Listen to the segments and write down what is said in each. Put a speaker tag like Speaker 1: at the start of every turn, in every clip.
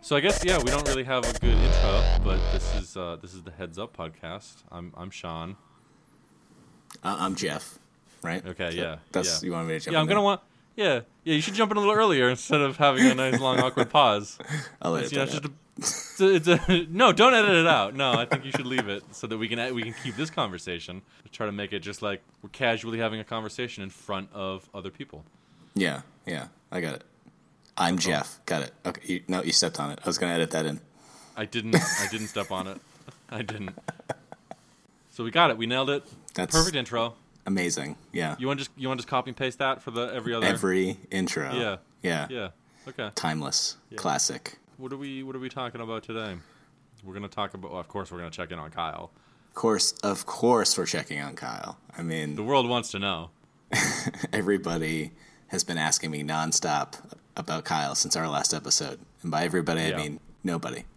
Speaker 1: So I guess yeah, we don't really have a good intro, but this is uh, this is the Heads Up podcast. I'm I'm Sean.
Speaker 2: Uh, I'm Jeff, right?
Speaker 1: Okay, yeah,
Speaker 2: That's
Speaker 1: yeah.
Speaker 2: you want me to jump?
Speaker 1: yeah, I'm
Speaker 2: in
Speaker 1: gonna want. Yeah, yeah. You should jump in a little earlier instead of having a nice long awkward pause.
Speaker 2: there? I'll let
Speaker 1: It's,
Speaker 2: it
Speaker 1: you know,
Speaker 2: play
Speaker 1: it's just
Speaker 2: out.
Speaker 1: a, it's a, it's a- no. Don't edit it out. No, I think you should leave it so that we can e, we can keep this conversation. Try to make it just like we're casually having a conversation in front of other people.
Speaker 2: Yeah, yeah, I got it. I'm
Speaker 1: Oh.
Speaker 2: Jeff. Got it. Okay. You, no, you stepped on it. I was gonna edit that in.
Speaker 1: I didn't. I didn't step on it. I didn't. So we got it. We nailed it.
Speaker 2: That's-
Speaker 1: Perfect intro.
Speaker 2: Amazing. Yeah.
Speaker 1: You want to just you want to just copy and paste that for the every other.
Speaker 2: Every intro.
Speaker 1: Yeah.
Speaker 2: Yeah.
Speaker 1: Yeah. Okay.
Speaker 2: Timeless. Classic.
Speaker 1: What are we What are we talking about today? We're gonna talk about. Well, of course, we're gonna check in on Kyle.
Speaker 2: Of course. Of course, we're checking on Kyle. I mean,
Speaker 1: The world wants to know.
Speaker 2: everybody has been asking me nonstop about Kyle since our last episode, and by everybody
Speaker 1: Yeah.
Speaker 2: I mean nobody.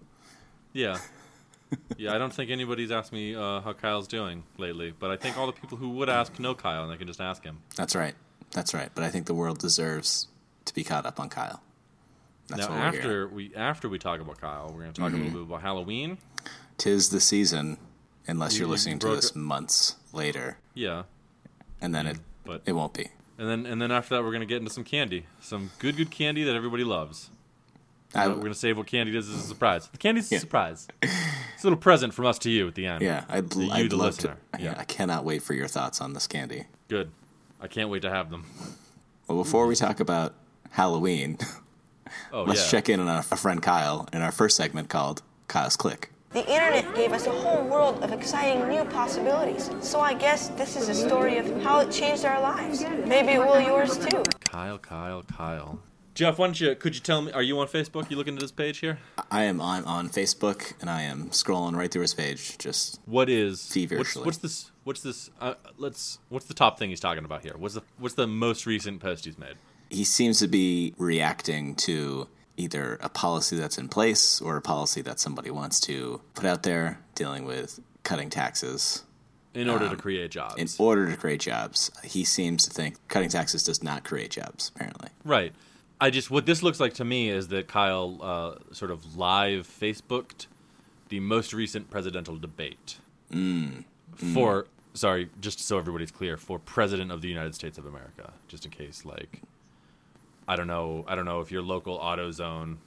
Speaker 1: Yeah. Yeah, I don't think anybody's asked me uh, how Kyle's doing lately, but I think all the people who would ask know Kyle, and they can just ask him.
Speaker 2: That's right. That's right. But I think the world deserves to be caught up on Kyle. That's
Speaker 1: now,
Speaker 2: what we're Mm-hmm. here.
Speaker 1: after we after we talk about Kyle, we're gonna talk a little bit about Halloween.
Speaker 2: Tis the season, unless
Speaker 1: You-
Speaker 2: you, are
Speaker 1: you
Speaker 2: listening to
Speaker 1: broke
Speaker 2: this
Speaker 1: it.
Speaker 2: months later,
Speaker 1: Yeah,
Speaker 2: and then it
Speaker 1: but
Speaker 2: it won't be.
Speaker 1: and then and then after that, we're gonna get into some candy, some good good candy that everybody loves.
Speaker 2: I,
Speaker 1: But we're gonna save what candy is as a surprise. The candy's
Speaker 2: Yeah.
Speaker 1: a surprise. It's a little present from us to you at the end.
Speaker 2: yeah, I'd,
Speaker 1: you,
Speaker 2: I'd
Speaker 1: the
Speaker 2: love to.
Speaker 1: listener.
Speaker 2: Yeah.
Speaker 1: Yeah.
Speaker 2: I cannot wait for your thoughts on this candy.
Speaker 1: Good. I can't wait to have them.
Speaker 2: Well, before we talk about Halloween,
Speaker 1: Oh
Speaker 2: let's
Speaker 1: yeah.
Speaker 2: check in on our, our friend Kyle in our first segment called Kyle's Click.
Speaker 3: The internet gave us a whole world of exciting new possibilities. So I guess this is a story of how it changed our lives. Maybe it will yours too.
Speaker 1: Kyle, Kyle, Kyle. Jeff, why don't you? Could you tell me? Are you on Facebook? You looking at this page here?
Speaker 2: I am on, on Facebook and I am scrolling right through his page. Just
Speaker 1: What is what's,
Speaker 2: Feverishly.
Speaker 1: what's this? What's this? Uh, let's. What's the top thing he's talking about here? What's the What's the most recent post he's made?
Speaker 2: he seems to be reacting to either a policy that's in place or a policy that somebody wants to put out there dealing with cutting taxes
Speaker 1: In order
Speaker 2: Um,
Speaker 1: to create jobs,
Speaker 2: in order to create jobs. He seems to think cutting taxes does not create jobs, apparently.
Speaker 1: right? I just what this looks like to me is that Kyle uh, sort of live Facebooked the most recent presidential debate for. Sorry, just so everybody's clear, for president of the United States of America, just in case, like, I don't know, I don't know if your local auto zone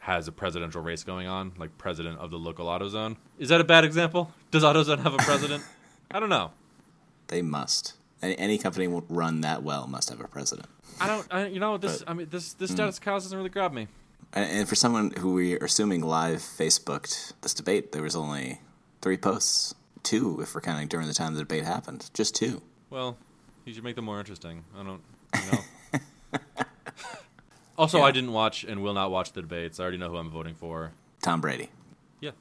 Speaker 1: has a presidential race going on, like president of the local AutoZone. Is that a bad example? Does AutoZone have a president? I don't know.
Speaker 2: They must. Any, any company will run that well must have a president.
Speaker 1: I don't. I, you know this. I mean, this this status quo doesn't really grab me.
Speaker 2: And, and for someone who we are assuming live Facebooked this debate, there was only three posts. Two, if we're counting during the time the debate happened. Just two.
Speaker 1: Well, you should make them more interesting. I don't. You know. also, I didn't watch and will not watch the debates. I already know who I'm voting for.
Speaker 2: Tom Brady.
Speaker 1: Yeah.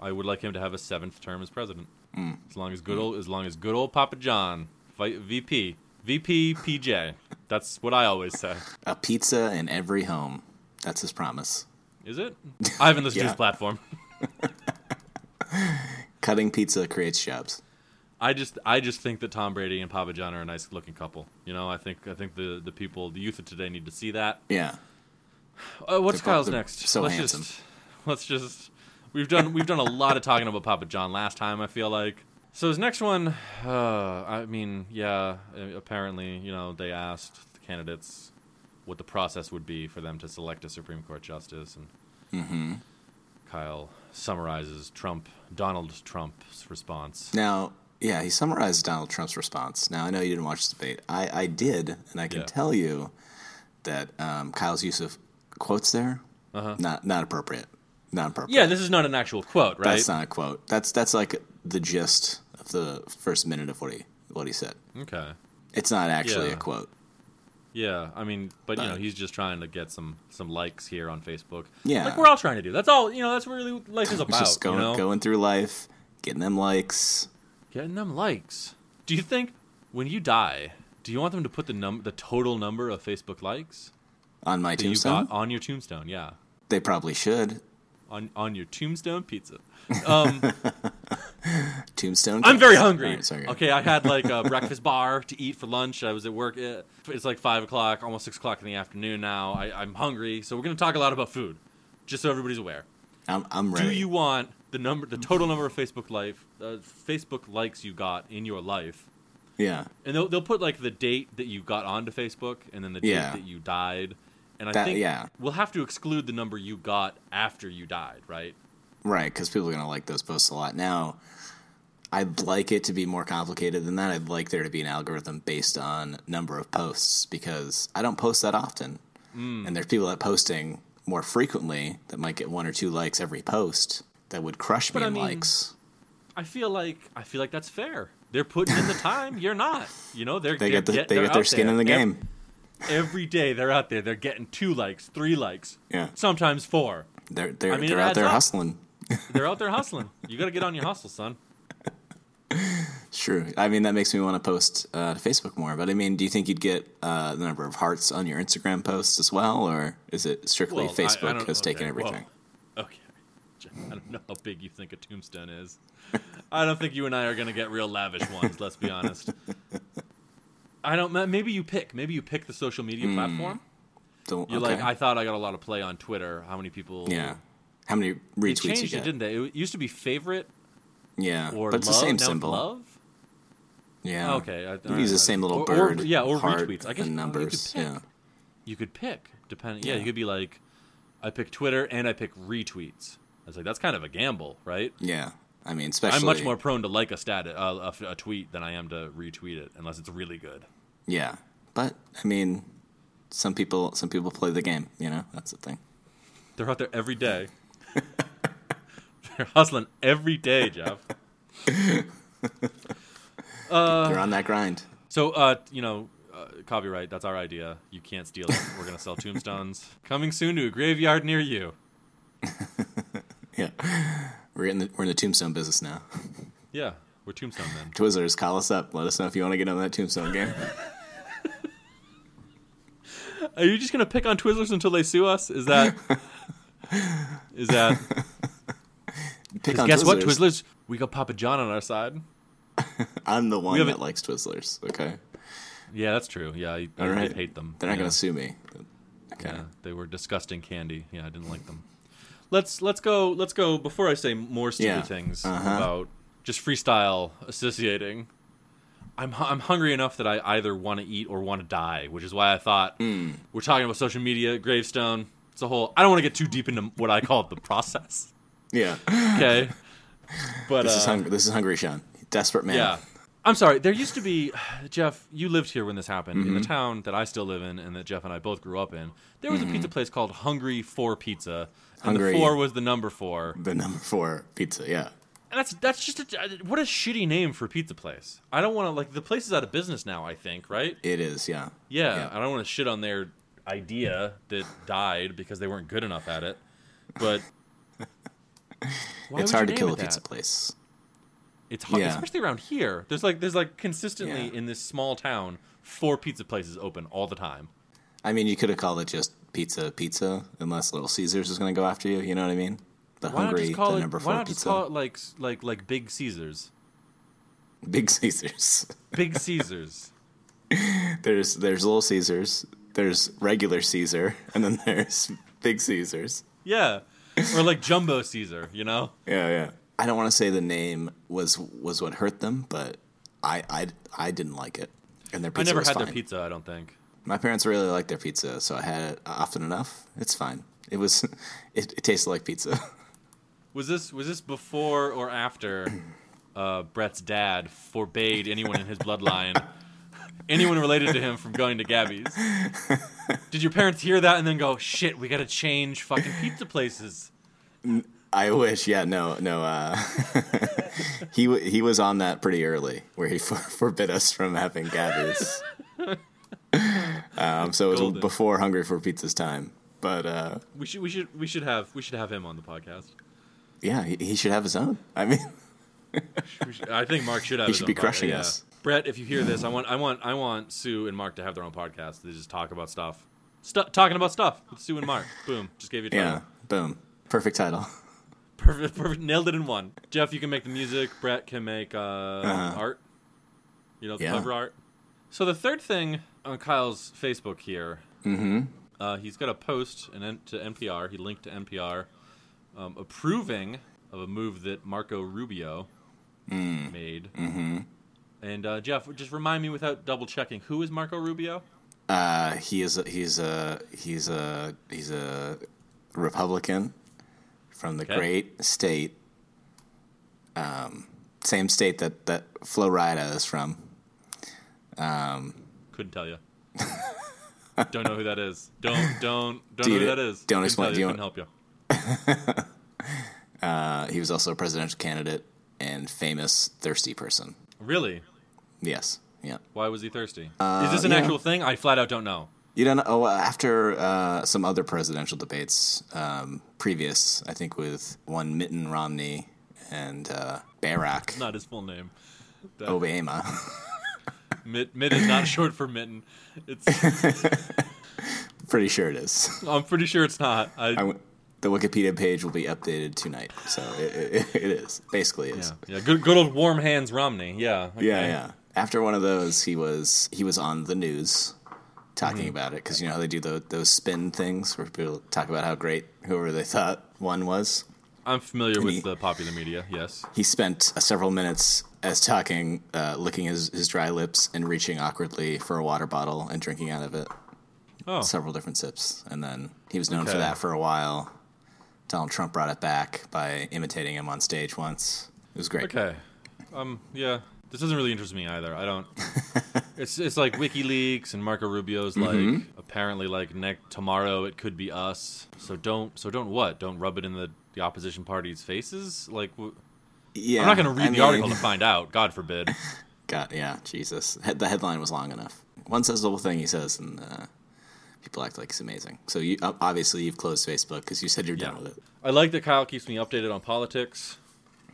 Speaker 1: I would like him to have a seventh term as president. As long as good old, as long as good old Papa John, vi- VP, VP PJ. That's what I always say.
Speaker 2: A pizza in every home. That's his promise.
Speaker 1: Is it? I haven't listened to
Speaker 2: Yeah.
Speaker 1: his platform.
Speaker 2: Cutting pizza creates jobs.
Speaker 1: I just I just think that Tom Brady and Papa John are a nice looking couple. You know, I think I think the, the people the youth of today need to see that.
Speaker 2: Yeah.
Speaker 1: Uh, what's
Speaker 2: They're both-
Speaker 1: Kyle's
Speaker 2: they're
Speaker 1: next?
Speaker 2: so
Speaker 1: let's
Speaker 2: handsome.
Speaker 1: just let's just we've done we've done a lot of talking about Papa John last time. I feel like so his next one. Uh, I mean, yeah. uh, Apparently, you know, they asked the candidates what the process would be for them to select a Supreme Court justice, and
Speaker 2: Mm-hmm.
Speaker 1: Kyle summarizes Trump Donald Trump's response.
Speaker 2: Now, yeah, he summarized Donald Trump's response. Now, I know you didn't watch the debate. I, I did, and I can
Speaker 1: Yeah.
Speaker 2: tell you that um, Kyle's use of quotes there not not appropriate. Not appropriate.
Speaker 1: Uh-huh. Yeah, this is not an actual quote, right?
Speaker 2: that's not a quote. That's that's like the gist of the first minute of what he what he said.
Speaker 1: okay.
Speaker 2: It's not actually
Speaker 1: Yeah.
Speaker 2: a quote.
Speaker 1: Yeah, I mean, but you know,
Speaker 2: But-
Speaker 1: he's just trying to get some some likes here on Facebook.
Speaker 2: Yeah.
Speaker 1: like we're all trying to do. That's all you know. That's really what life is
Speaker 2: It's
Speaker 1: about.
Speaker 2: just going
Speaker 1: you know,
Speaker 2: going through life, getting them likes.
Speaker 1: getting them likes. Do you think when you die, do you want them to put the num the total number of Facebook likes
Speaker 2: On my
Speaker 1: that
Speaker 2: tombstone,
Speaker 1: you got on your tombstone? Yeah,
Speaker 2: they probably should.
Speaker 1: on on your tombstone pizza. Um,
Speaker 2: Tombstone.
Speaker 1: I'm very
Speaker 2: Cakes.
Speaker 1: hungry.
Speaker 2: All right, sorry.
Speaker 1: okay, I had like a breakfast bar to eat for lunch. I was at work. uh, It's like five o'clock, almost six o'clock in the afternoon now. I, I'm hungry, so we're gonna talk a lot about food, just so everybody's aware.
Speaker 2: I'm, I'm
Speaker 1: Do
Speaker 2: ready.
Speaker 1: you want the number, the total number of Facebook life, uh, Facebook likes you got in your life?
Speaker 2: Yeah.
Speaker 1: And they'll they'll put like the date that you got onto Facebook, and then the date
Speaker 2: Yeah.
Speaker 1: that you died. And I
Speaker 2: That-
Speaker 1: think
Speaker 2: yeah.
Speaker 1: we'll have to exclude the number you got after you died, right?
Speaker 2: Right, because people are going to like those posts a lot. Now, I'd like it to be more complicated than that. I'd like there to be an algorithm based on number of posts because I don't post that often.
Speaker 1: Hmm.
Speaker 2: And there's people that posting more frequently that might get one or two likes every post that would crush me
Speaker 1: I
Speaker 2: in
Speaker 1: mean-
Speaker 2: likes.
Speaker 1: I feel like I feel like that's fair. They're putting in the time. You're not. You know, they're they're
Speaker 2: They get the,
Speaker 1: get-
Speaker 2: they
Speaker 1: they're
Speaker 2: get their
Speaker 1: out
Speaker 2: skin
Speaker 1: there.
Speaker 2: in the
Speaker 1: Ev-
Speaker 2: game.
Speaker 1: every day they're out there. They're getting two likes, three likes,
Speaker 2: Yeah.
Speaker 1: sometimes four.
Speaker 2: They're they're,
Speaker 1: I mean, it
Speaker 2: they're out
Speaker 1: adds
Speaker 2: there
Speaker 1: up.
Speaker 2: hustling.
Speaker 1: They're out there hustling. You got to get on your hustle, son.
Speaker 2: Sure. I mean, that makes me want to post uh, to Facebook more. But I mean, do you think you'd get uh, the number of hearts on your Instagram posts as well, or is it strictly
Speaker 1: Well, I- I
Speaker 2: Facebook
Speaker 1: don't-
Speaker 2: has taken
Speaker 1: okay, well,
Speaker 2: everything?
Speaker 1: okay. I don't know how big you think a tombstone is. I don't think you and I are going to get real lavish ones, let's be honest. I don't maybe you pick, maybe you pick the social media platform.
Speaker 2: Don't,
Speaker 1: You're
Speaker 2: Hmm, okay.
Speaker 1: like I thought I got a lot of play on Twitter. How many people
Speaker 2: yeah. How many
Speaker 1: They
Speaker 2: retweets
Speaker 1: changed
Speaker 2: you
Speaker 1: it,
Speaker 2: get?
Speaker 1: didn't they? It used to be favorite
Speaker 2: yeah,
Speaker 1: or
Speaker 2: but it's
Speaker 1: love.
Speaker 2: the same
Speaker 1: now it's
Speaker 2: symbol.
Speaker 1: love?
Speaker 2: Yeah.
Speaker 1: Okay, I-
Speaker 2: You
Speaker 1: all right,
Speaker 2: use the
Speaker 1: I-
Speaker 2: same little
Speaker 1: or- or-
Speaker 2: bird.
Speaker 1: yeah, or
Speaker 2: heart,
Speaker 1: retweets. I guess you-
Speaker 2: and
Speaker 1: you could
Speaker 2: numbers.
Speaker 1: pick.
Speaker 2: yeah.
Speaker 1: you could pick depending yeah.
Speaker 2: Yeah.
Speaker 1: you could be like i pick twitter and i pick retweets i was like that's kind of a gamble right
Speaker 2: Yeah. I mean, especially
Speaker 1: i'm much more prone to like a status uh, a, a tweet than i am to retweet it unless it's really good
Speaker 2: Yeah. But I mean, some people some people play the game, you know? That's the thing.
Speaker 1: they're out there every day they're hustling every day jeff Uh,
Speaker 2: They're on that grind.
Speaker 1: so uh you know uh, copyright that's our idea you can't steal it we're gonna sell tombstones coming soon to a graveyard near you
Speaker 2: Yeah. We're in the we're in the tombstone business now.
Speaker 1: yeah we're tombstone men
Speaker 2: Twizzlers, call us up. Let us know if you want to get on that tombstone game.
Speaker 1: Are you just gonna pick on Twizzlers until they sue us? Is that? is that?
Speaker 2: Pick
Speaker 1: 'cause
Speaker 2: on
Speaker 1: guess
Speaker 2: Twizzlers.
Speaker 1: what, Twizzlers? We got Papa John on our side.
Speaker 2: I'm the one
Speaker 1: have
Speaker 2: that
Speaker 1: a-
Speaker 2: likes Twizzlers. Okay.
Speaker 1: Yeah, that's true. Yeah, I, I
Speaker 2: All right.
Speaker 1: did hate them.
Speaker 2: They're not
Speaker 1: yeah.
Speaker 2: going to sue me. Okay.
Speaker 1: Yeah, they were disgusting candy. Yeah, I didn't like them. Let's let's go let's go before I say more stupid
Speaker 2: Yeah.
Speaker 1: things
Speaker 2: Uh-huh.
Speaker 1: about just freestyle associating. I'm hu- I'm hungry enough that I either want to eat or want to die, which is why I thought
Speaker 2: Hmm.
Speaker 1: we're talking about social media, gravestone. It's a whole. I don't want to get too deep into what I call the process.
Speaker 2: Yeah.
Speaker 1: okay. But
Speaker 2: This
Speaker 1: uh,
Speaker 2: is hungry. This is hungry, Sean. Desperate man.
Speaker 1: yeah, I'm sorry. There used to be Jeff. You lived here when this happened in the
Speaker 2: Mm-hmm.
Speaker 1: town that I still live in, and that Jeff and I both grew up in. There was a pizza place called Hungry for Pizza, and
Speaker 2: Mm-hmm. Hungry.
Speaker 1: the four was the number four.
Speaker 2: The number four pizza. Yeah.
Speaker 1: And that's that's just a, uh, what a shitty name for a pizza place. I don't want to like the place is out of business now. I think right.
Speaker 2: It is. Yeah.
Speaker 1: Yeah,
Speaker 2: Yeah.
Speaker 1: I don't want to shit on their idea that died because they weren't good enough at it. But why
Speaker 2: it's
Speaker 1: would you
Speaker 2: hard to
Speaker 1: name
Speaker 2: kill
Speaker 1: it
Speaker 2: a pizza
Speaker 1: that?
Speaker 2: place.
Speaker 1: It's hard,
Speaker 2: Yeah.
Speaker 1: especially around here. There's like there's like consistently
Speaker 2: Yeah.
Speaker 1: in this small town, four pizza places open all the time.
Speaker 2: I mean, you could have called it just pizza, pizza, unless Little Caesars was going to go after you. You know what I mean? The
Speaker 1: Why not
Speaker 2: hungry,
Speaker 1: just call
Speaker 2: the
Speaker 1: it?
Speaker 2: number
Speaker 1: Why
Speaker 2: four
Speaker 1: not just
Speaker 2: pizza,
Speaker 1: call it like s- like like Big Caesars?
Speaker 2: Big Caesars.
Speaker 1: Big Caesars.
Speaker 2: there's there's Little Caesars. There's regular Caesar, and then there's Big Caesars.
Speaker 1: yeah, or like Jumbo Caesar. You know,
Speaker 2: Yeah, yeah. I don't want to say the name was was what hurt them, but I I, I didn't like it, and their
Speaker 1: I
Speaker 2: pizza
Speaker 1: never
Speaker 2: was
Speaker 1: had
Speaker 2: fine.
Speaker 1: their pizza. I don't think.
Speaker 2: My parents really liked their pizza, so I had it often enough. It's fine. It was, it, it tasted like pizza.
Speaker 1: Was this was this before or after uh, Brett's dad forbade anyone in his bloodline, anyone related to him, from going to Gabby's? Did your parents hear that and then go, "Shit, we gotta change fucking pizza places"?
Speaker 2: I wish. Yeah. No. No. Uh, he wa- he was on that pretty early, where he for, forbid us from having Gabby's. um, so it was
Speaker 1: Golden.
Speaker 2: before Hungry for Pizza's time. But uh,
Speaker 1: We should we should we should have we should have him on the podcast.
Speaker 2: yeah, he, he should have his own. I mean,
Speaker 1: We should- I think Mark should have.
Speaker 2: He
Speaker 1: his
Speaker 2: should
Speaker 1: own
Speaker 2: be
Speaker 1: podcast,
Speaker 2: crushing
Speaker 1: yeah.
Speaker 2: us.
Speaker 1: Brett. If you hear this, I want I want I want Sue and Mark to have their own podcast. They just talk about stuff, Stu talking about stuff with Sue and Mark. Boom, just gave you a
Speaker 2: yeah.
Speaker 1: title.
Speaker 2: Boom. Perfect title.
Speaker 1: Perfect, perfect. Nailed it in one. Jeff, you can make the music. Brett can make uh, art. You know, the
Speaker 2: Uh-huh. Yeah.
Speaker 1: cover art. So the third thing on Kyle's Facebook here, mm-hmm. uh, he's got a post in N- to NPR. He linked to NPR um, approving of a move that Marco Rubio
Speaker 2: Mm.
Speaker 1: made. Mm-hmm. And uh, Jeff, just remind me without double checking, who is Marco Rubio?
Speaker 2: Uh, he is a, he's a he's a he's a Republican from the
Speaker 1: Okay.
Speaker 2: great state, um, same state that that Florida is from.
Speaker 1: Couldn't tell you. don't know who that is. Don't don't don't
Speaker 2: Do
Speaker 1: know
Speaker 2: you-
Speaker 1: who that is.
Speaker 2: don't
Speaker 1: Couldn't
Speaker 2: explain-
Speaker 1: tell
Speaker 2: do you
Speaker 1: You,
Speaker 2: want-
Speaker 1: couldn't help you.
Speaker 2: Uh, he was also a presidential candidate and famous thirsty person.
Speaker 1: Really?
Speaker 2: Yes, yeah.
Speaker 1: Why was he thirsty? is this an
Speaker 2: Uh, yeah.
Speaker 1: actual thing? I flat out don't know.
Speaker 2: You don't know. Oh, uh, after uh, some other presidential debates um, previous, I think with one Mitten Romney and uh, Barack
Speaker 1: Not his full name. That-
Speaker 2: Obama.
Speaker 1: Mitt, Mitt is not short for mitten. It's.
Speaker 2: Pretty sure it is.
Speaker 1: I'm pretty sure it's not. I,
Speaker 2: I w- the Wikipedia page will be updated tonight, so it, it, it is basically
Speaker 1: yeah,
Speaker 2: is.
Speaker 1: yeah. Good, good old warm hands Romney. Yeah. okay.
Speaker 2: Yeah. yeah, After one of those, he was he was on the news
Speaker 1: Mm-hmm.
Speaker 2: talking about it because you know how they do tho- those spin things where people talk about how great whoever they thought one was.
Speaker 1: I'm familiar
Speaker 2: he-
Speaker 1: with the popular media. Yes.
Speaker 2: He spent uh, several minutes as talking, uh, licking his, his dry lips and reaching awkwardly for a water bottle and drinking out of it
Speaker 1: Oh.
Speaker 2: several different sips. And then he was known for
Speaker 1: Okay.
Speaker 2: that for a while. Donald Trump brought it back by imitating him on stage once. It was great.
Speaker 1: Okay. Um. Yeah. This doesn't really interest me either. I don't. it's it's like WikiLeaks and Marco Rubio's
Speaker 2: Mm-hmm.
Speaker 1: like apparently like next tomorrow it could be us. So don't so don't what don't rub it in the the opposition party's faces. Like w-
Speaker 2: Yeah,
Speaker 1: I'm not going to read
Speaker 2: I
Speaker 1: the
Speaker 2: mean-
Speaker 1: article to find out. God forbid.
Speaker 2: God, yeah, Jesus. Head- The headline was long enough. One says the whole thing he says, and uh, people act like it's amazing. So you ob- obviously you've closed Facebook because you said you're
Speaker 1: Yeah.
Speaker 2: done with it.
Speaker 1: I like that Kyle keeps me updated on politics.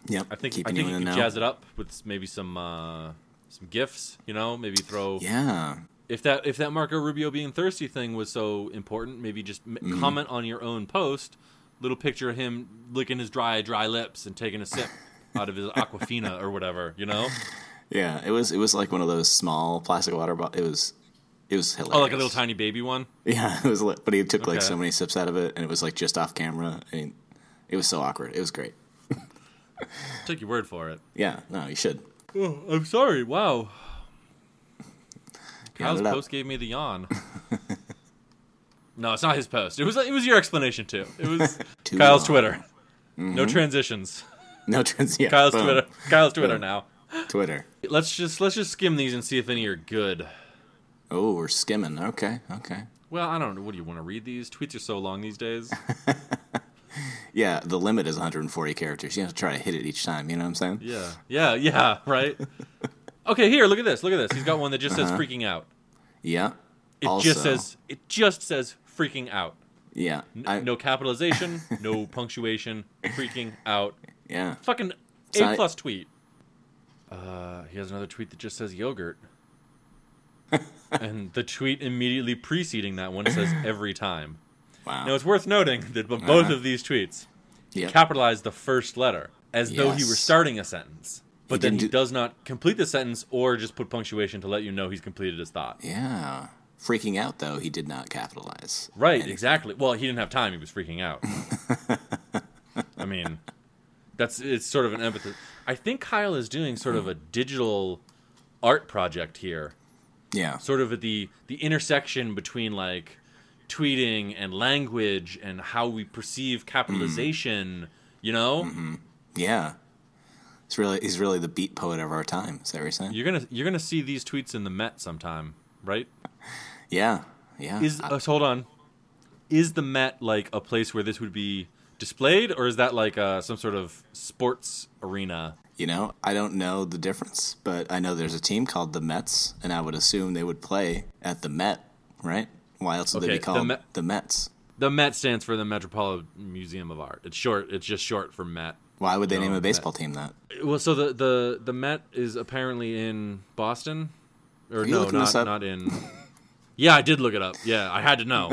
Speaker 2: Yep.
Speaker 1: I think
Speaker 2: keeping
Speaker 1: I think he
Speaker 2: you in
Speaker 1: can
Speaker 2: the know.
Speaker 1: jazz it up with s- maybe some uh, some gifts. You know, maybe throw
Speaker 2: Yeah,
Speaker 1: if that if that Marco Rubio being thirsty thing was so important, maybe just m-
Speaker 2: Mm-hmm.
Speaker 1: comment on your own post. Little picture of him licking his dry dry lips and taking a sip out of his Aquafina or whatever. You know,
Speaker 2: yeah. It was it was like one of those small plastic water bottles. It was it was hilarious.
Speaker 1: oh, like a little tiny baby one.
Speaker 2: Yeah, it was. li- But he took like
Speaker 1: Okay.
Speaker 2: so many sips out of it, and it was like just off camera. I mean, it was so awkward. It was great.
Speaker 1: Take your word for it.
Speaker 2: Yeah, no, you should.
Speaker 1: Oh, I'm sorry. Wow, Kyle's
Speaker 2: it up.
Speaker 1: post gave me the yawn. no, it's not his post. It was it was your explanation too. It was
Speaker 2: Too
Speaker 1: Kyle's
Speaker 2: long.
Speaker 1: Twitter. No transitions.
Speaker 2: No trans. Yeah,
Speaker 1: Kyle's
Speaker 2: Mm-hmm. boom.
Speaker 1: Twitter. Kyle's Twitter
Speaker 2: Boom.
Speaker 1: now.
Speaker 2: Twitter.
Speaker 1: Let's just let's just skim these and see if any are good.
Speaker 2: Oh, we're skimming. Okay, okay.
Speaker 1: Well, I don't know. What do you want to read these? Tweets are so long these days.
Speaker 2: Yeah, the limit is 140 characters. You have to try to hit it each time. You know what I'm saying?
Speaker 1: Yeah. Yeah, yeah, right? Okay, here, look at this. Look at this. He's got one that just
Speaker 2: Uh-huh.
Speaker 1: says freaking out.
Speaker 2: Yeah.
Speaker 1: It just says it just says freaking out.
Speaker 2: Yeah.
Speaker 1: N-
Speaker 2: I-
Speaker 1: no capitalization, no punctuation, freaking out.
Speaker 2: Yeah.
Speaker 1: Fucking
Speaker 2: It's
Speaker 1: A
Speaker 2: not-
Speaker 1: plus tweet. Uh, he has another tweet that just says yogurt. and the tweet immediately preceding that one says every time.
Speaker 2: Wow.
Speaker 1: Now it's worth noting that both
Speaker 2: Uh-huh.
Speaker 1: of these tweets
Speaker 2: yeah.
Speaker 1: capitalize the first letter as though he were
Speaker 2: Yes.
Speaker 1: starting a sentence. But then
Speaker 2: didn't
Speaker 1: he
Speaker 2: do-
Speaker 1: does not complete the sentence or just put punctuation to let you know he's completed his thought.
Speaker 2: yeah. Freaking out though, he did not capitalize.
Speaker 1: Right, exactly. Well, he didn't have time. He was freaking out. I mean, that's it's sort of an empathy. I think Kyle is doing sort of a digital art project here,
Speaker 2: Yeah.
Speaker 1: sort of at the the intersection between like tweeting and language and how we perceive capitalization, you know?
Speaker 2: Yeah. It's really he's really the beat poet of our time. Is that what you're saying?
Speaker 1: You're gonna you're gonna see these tweets in the Met sometime, right?
Speaker 2: yeah. Yeah.
Speaker 1: Is
Speaker 2: I-
Speaker 1: uh, hold on, is the Met like a place where this would be displayed, or is that like uh, some sort of sports arena?
Speaker 2: you know, I don't know the difference, but I know there's a team called the Mets, and I would assume they would play at the Met, right? Why else would they
Speaker 1: Okay,
Speaker 2: be
Speaker 1: the
Speaker 2: called the,
Speaker 1: Met-
Speaker 2: Mets?
Speaker 1: The Met stands for the Metropolitan Museum of Art. It's short. It's just short for Met.
Speaker 2: Why would they
Speaker 1: No,
Speaker 2: name a
Speaker 1: Met.
Speaker 2: baseball team that?
Speaker 1: Well, so the the the Met is apparently in Boston, or
Speaker 2: you
Speaker 1: no,
Speaker 2: looking
Speaker 1: not
Speaker 2: this up?
Speaker 1: not in. Yeah, I did look it up. Yeah, I had to know.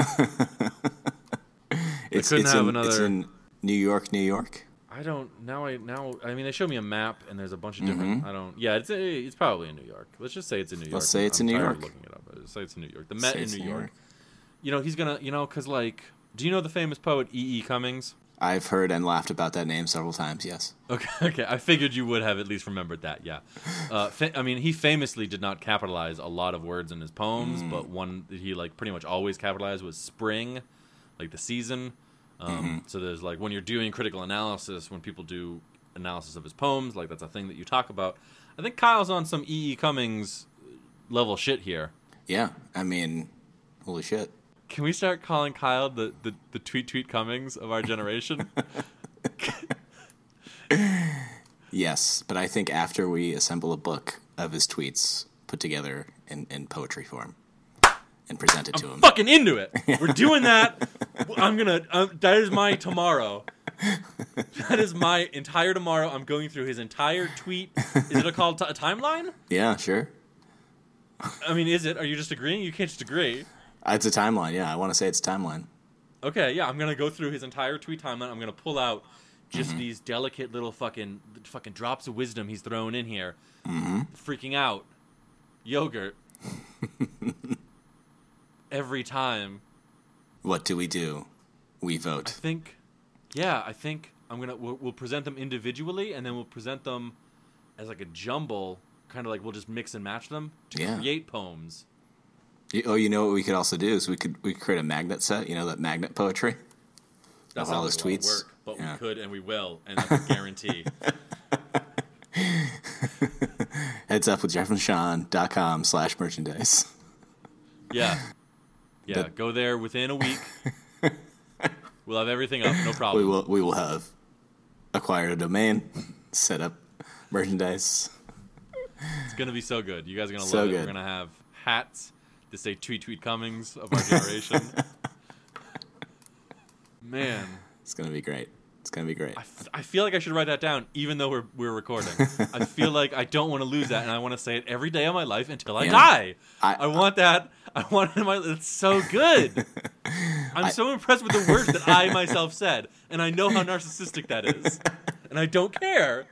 Speaker 2: It's,
Speaker 1: couldn't
Speaker 2: it's
Speaker 1: have
Speaker 2: in,
Speaker 1: another-
Speaker 2: It's in New York, New York.
Speaker 1: I don't now. I now. I mean, they show me a map, and there's a bunch of different. I don't. Yeah, it's it's probably in New York. Let's just say it's in New York.
Speaker 2: Mm-hmm. Let's say it's in New
Speaker 1: tired of
Speaker 2: York.
Speaker 1: Looking it up. Let's say it's in New York. The Met
Speaker 2: Say
Speaker 1: in
Speaker 2: it's
Speaker 1: New,
Speaker 2: New
Speaker 1: York.
Speaker 2: York.
Speaker 1: You know, he's gonna. You know, because like, do you know the famous poet E. E. Cummings?
Speaker 2: I've heard and laughed about that name several times. Yes.
Speaker 1: Okay, okay. I figured you would have at least remembered that. Yeah. Uh, fa- I mean, he famously did not capitalize a lot of words in his poems, but one that he like pretty much always capitalized was spring, like the season. Um, So there's like when you're doing critical analysis, when people do analysis of his poems, like that's a thing that you talk about. I think Kyle's on some E. E. Cummings level shit here.
Speaker 2: Yeah. I mean, holy shit.
Speaker 1: Can we start calling Kyle the, the, the tweet tweet Cummings of our generation?
Speaker 2: Yes, but I think after we assemble a book of his tweets put together in, in poetry form and present it to him.
Speaker 1: fucking into it. We're doing that. I'm gonna. Um, that is my tomorrow. That is my entire tomorrow. I'm going through his entire tweet. Is it a called t- a timeline?
Speaker 2: Yeah, sure.
Speaker 1: I mean, is it? Are you just agreeing? You can't just agree.
Speaker 2: Uh, It's a timeline. Yeah, I want to say it's a timeline.
Speaker 1: Okay, yeah, I'm gonna go through his entire tweet timeline. I'm gonna pull out just these delicate little fucking fucking drops of wisdom he's thrown in here. Freaking out, yogurt. Every time.
Speaker 2: What do we do? We vote.
Speaker 1: I think, yeah, I think I'm gonna we'll, we'll present them individually, and then we'll present them as like a jumble, kind of like we'll just mix and match them to
Speaker 2: Yeah.
Speaker 1: create poems.
Speaker 2: You- Oh, you know what we could also do is we could we could create a magnet set. You know that magnet poetry.
Speaker 1: That's
Speaker 2: Of all
Speaker 1: not
Speaker 2: his
Speaker 1: gonna
Speaker 2: tweets?
Speaker 1: work, but
Speaker 2: Yeah.
Speaker 1: we could and we will, and that's a guarantee.
Speaker 2: Heads up with jeffandsean.com slash merchandise.
Speaker 1: yeah, yeah.
Speaker 2: That-
Speaker 1: go there within a week. we'll have everything up, no problem.
Speaker 2: We will we will have acquired a domain, set up merchandise.
Speaker 1: It's gonna be so good. You guys are gonna
Speaker 2: So
Speaker 1: love it.
Speaker 2: good.
Speaker 1: We're gonna have hats that say "Tweet Tweet Cummings" of our generation. Man.
Speaker 2: It's gonna be great. It's gonna be great.
Speaker 1: I, f- I feel like I should write that down, even though we're we're recording. I feel like I don't want to lose that, and I want to say it every day of my life until I
Speaker 2: Yeah.
Speaker 1: die.
Speaker 2: I-
Speaker 1: I, want that. I want it in my. It's so good. I'm so impressed with the words that I myself said, and I know how narcissistic that is, and I don't care.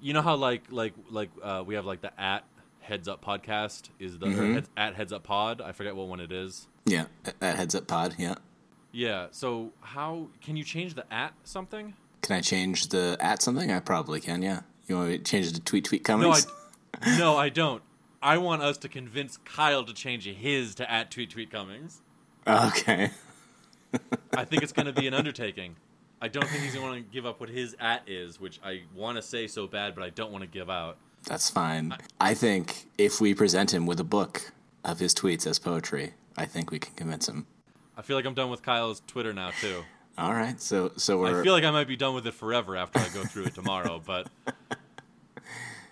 Speaker 1: You know how like like like uh, we have like the at heads up podcast is the or heads, at heads up pod. I forget what one it is.
Speaker 2: yeah, at Heads Up Pod. Yeah.
Speaker 1: Yeah. So how can you change the at something?
Speaker 2: Can I change the at something? I probably can. Yeah. You want me to change it to tweet tweet
Speaker 1: No, I,
Speaker 2: Cummings?
Speaker 1: no, I don't. I want us to convince Kyle to change his to at tweet tweet Cummings.
Speaker 2: okay.
Speaker 1: I think it's going to be an undertaking. I don't think he's going to want to give up what his at is, which I want to say so bad, but I don't want to give out.
Speaker 2: That's fine. I think if we present him with a book of his tweets as poetry, I think we can convince him.
Speaker 1: I feel like I'm done with Kyle's Twitter now too.
Speaker 2: All right. So so we're
Speaker 1: I feel like I might be done with it forever after I go through it tomorrow. But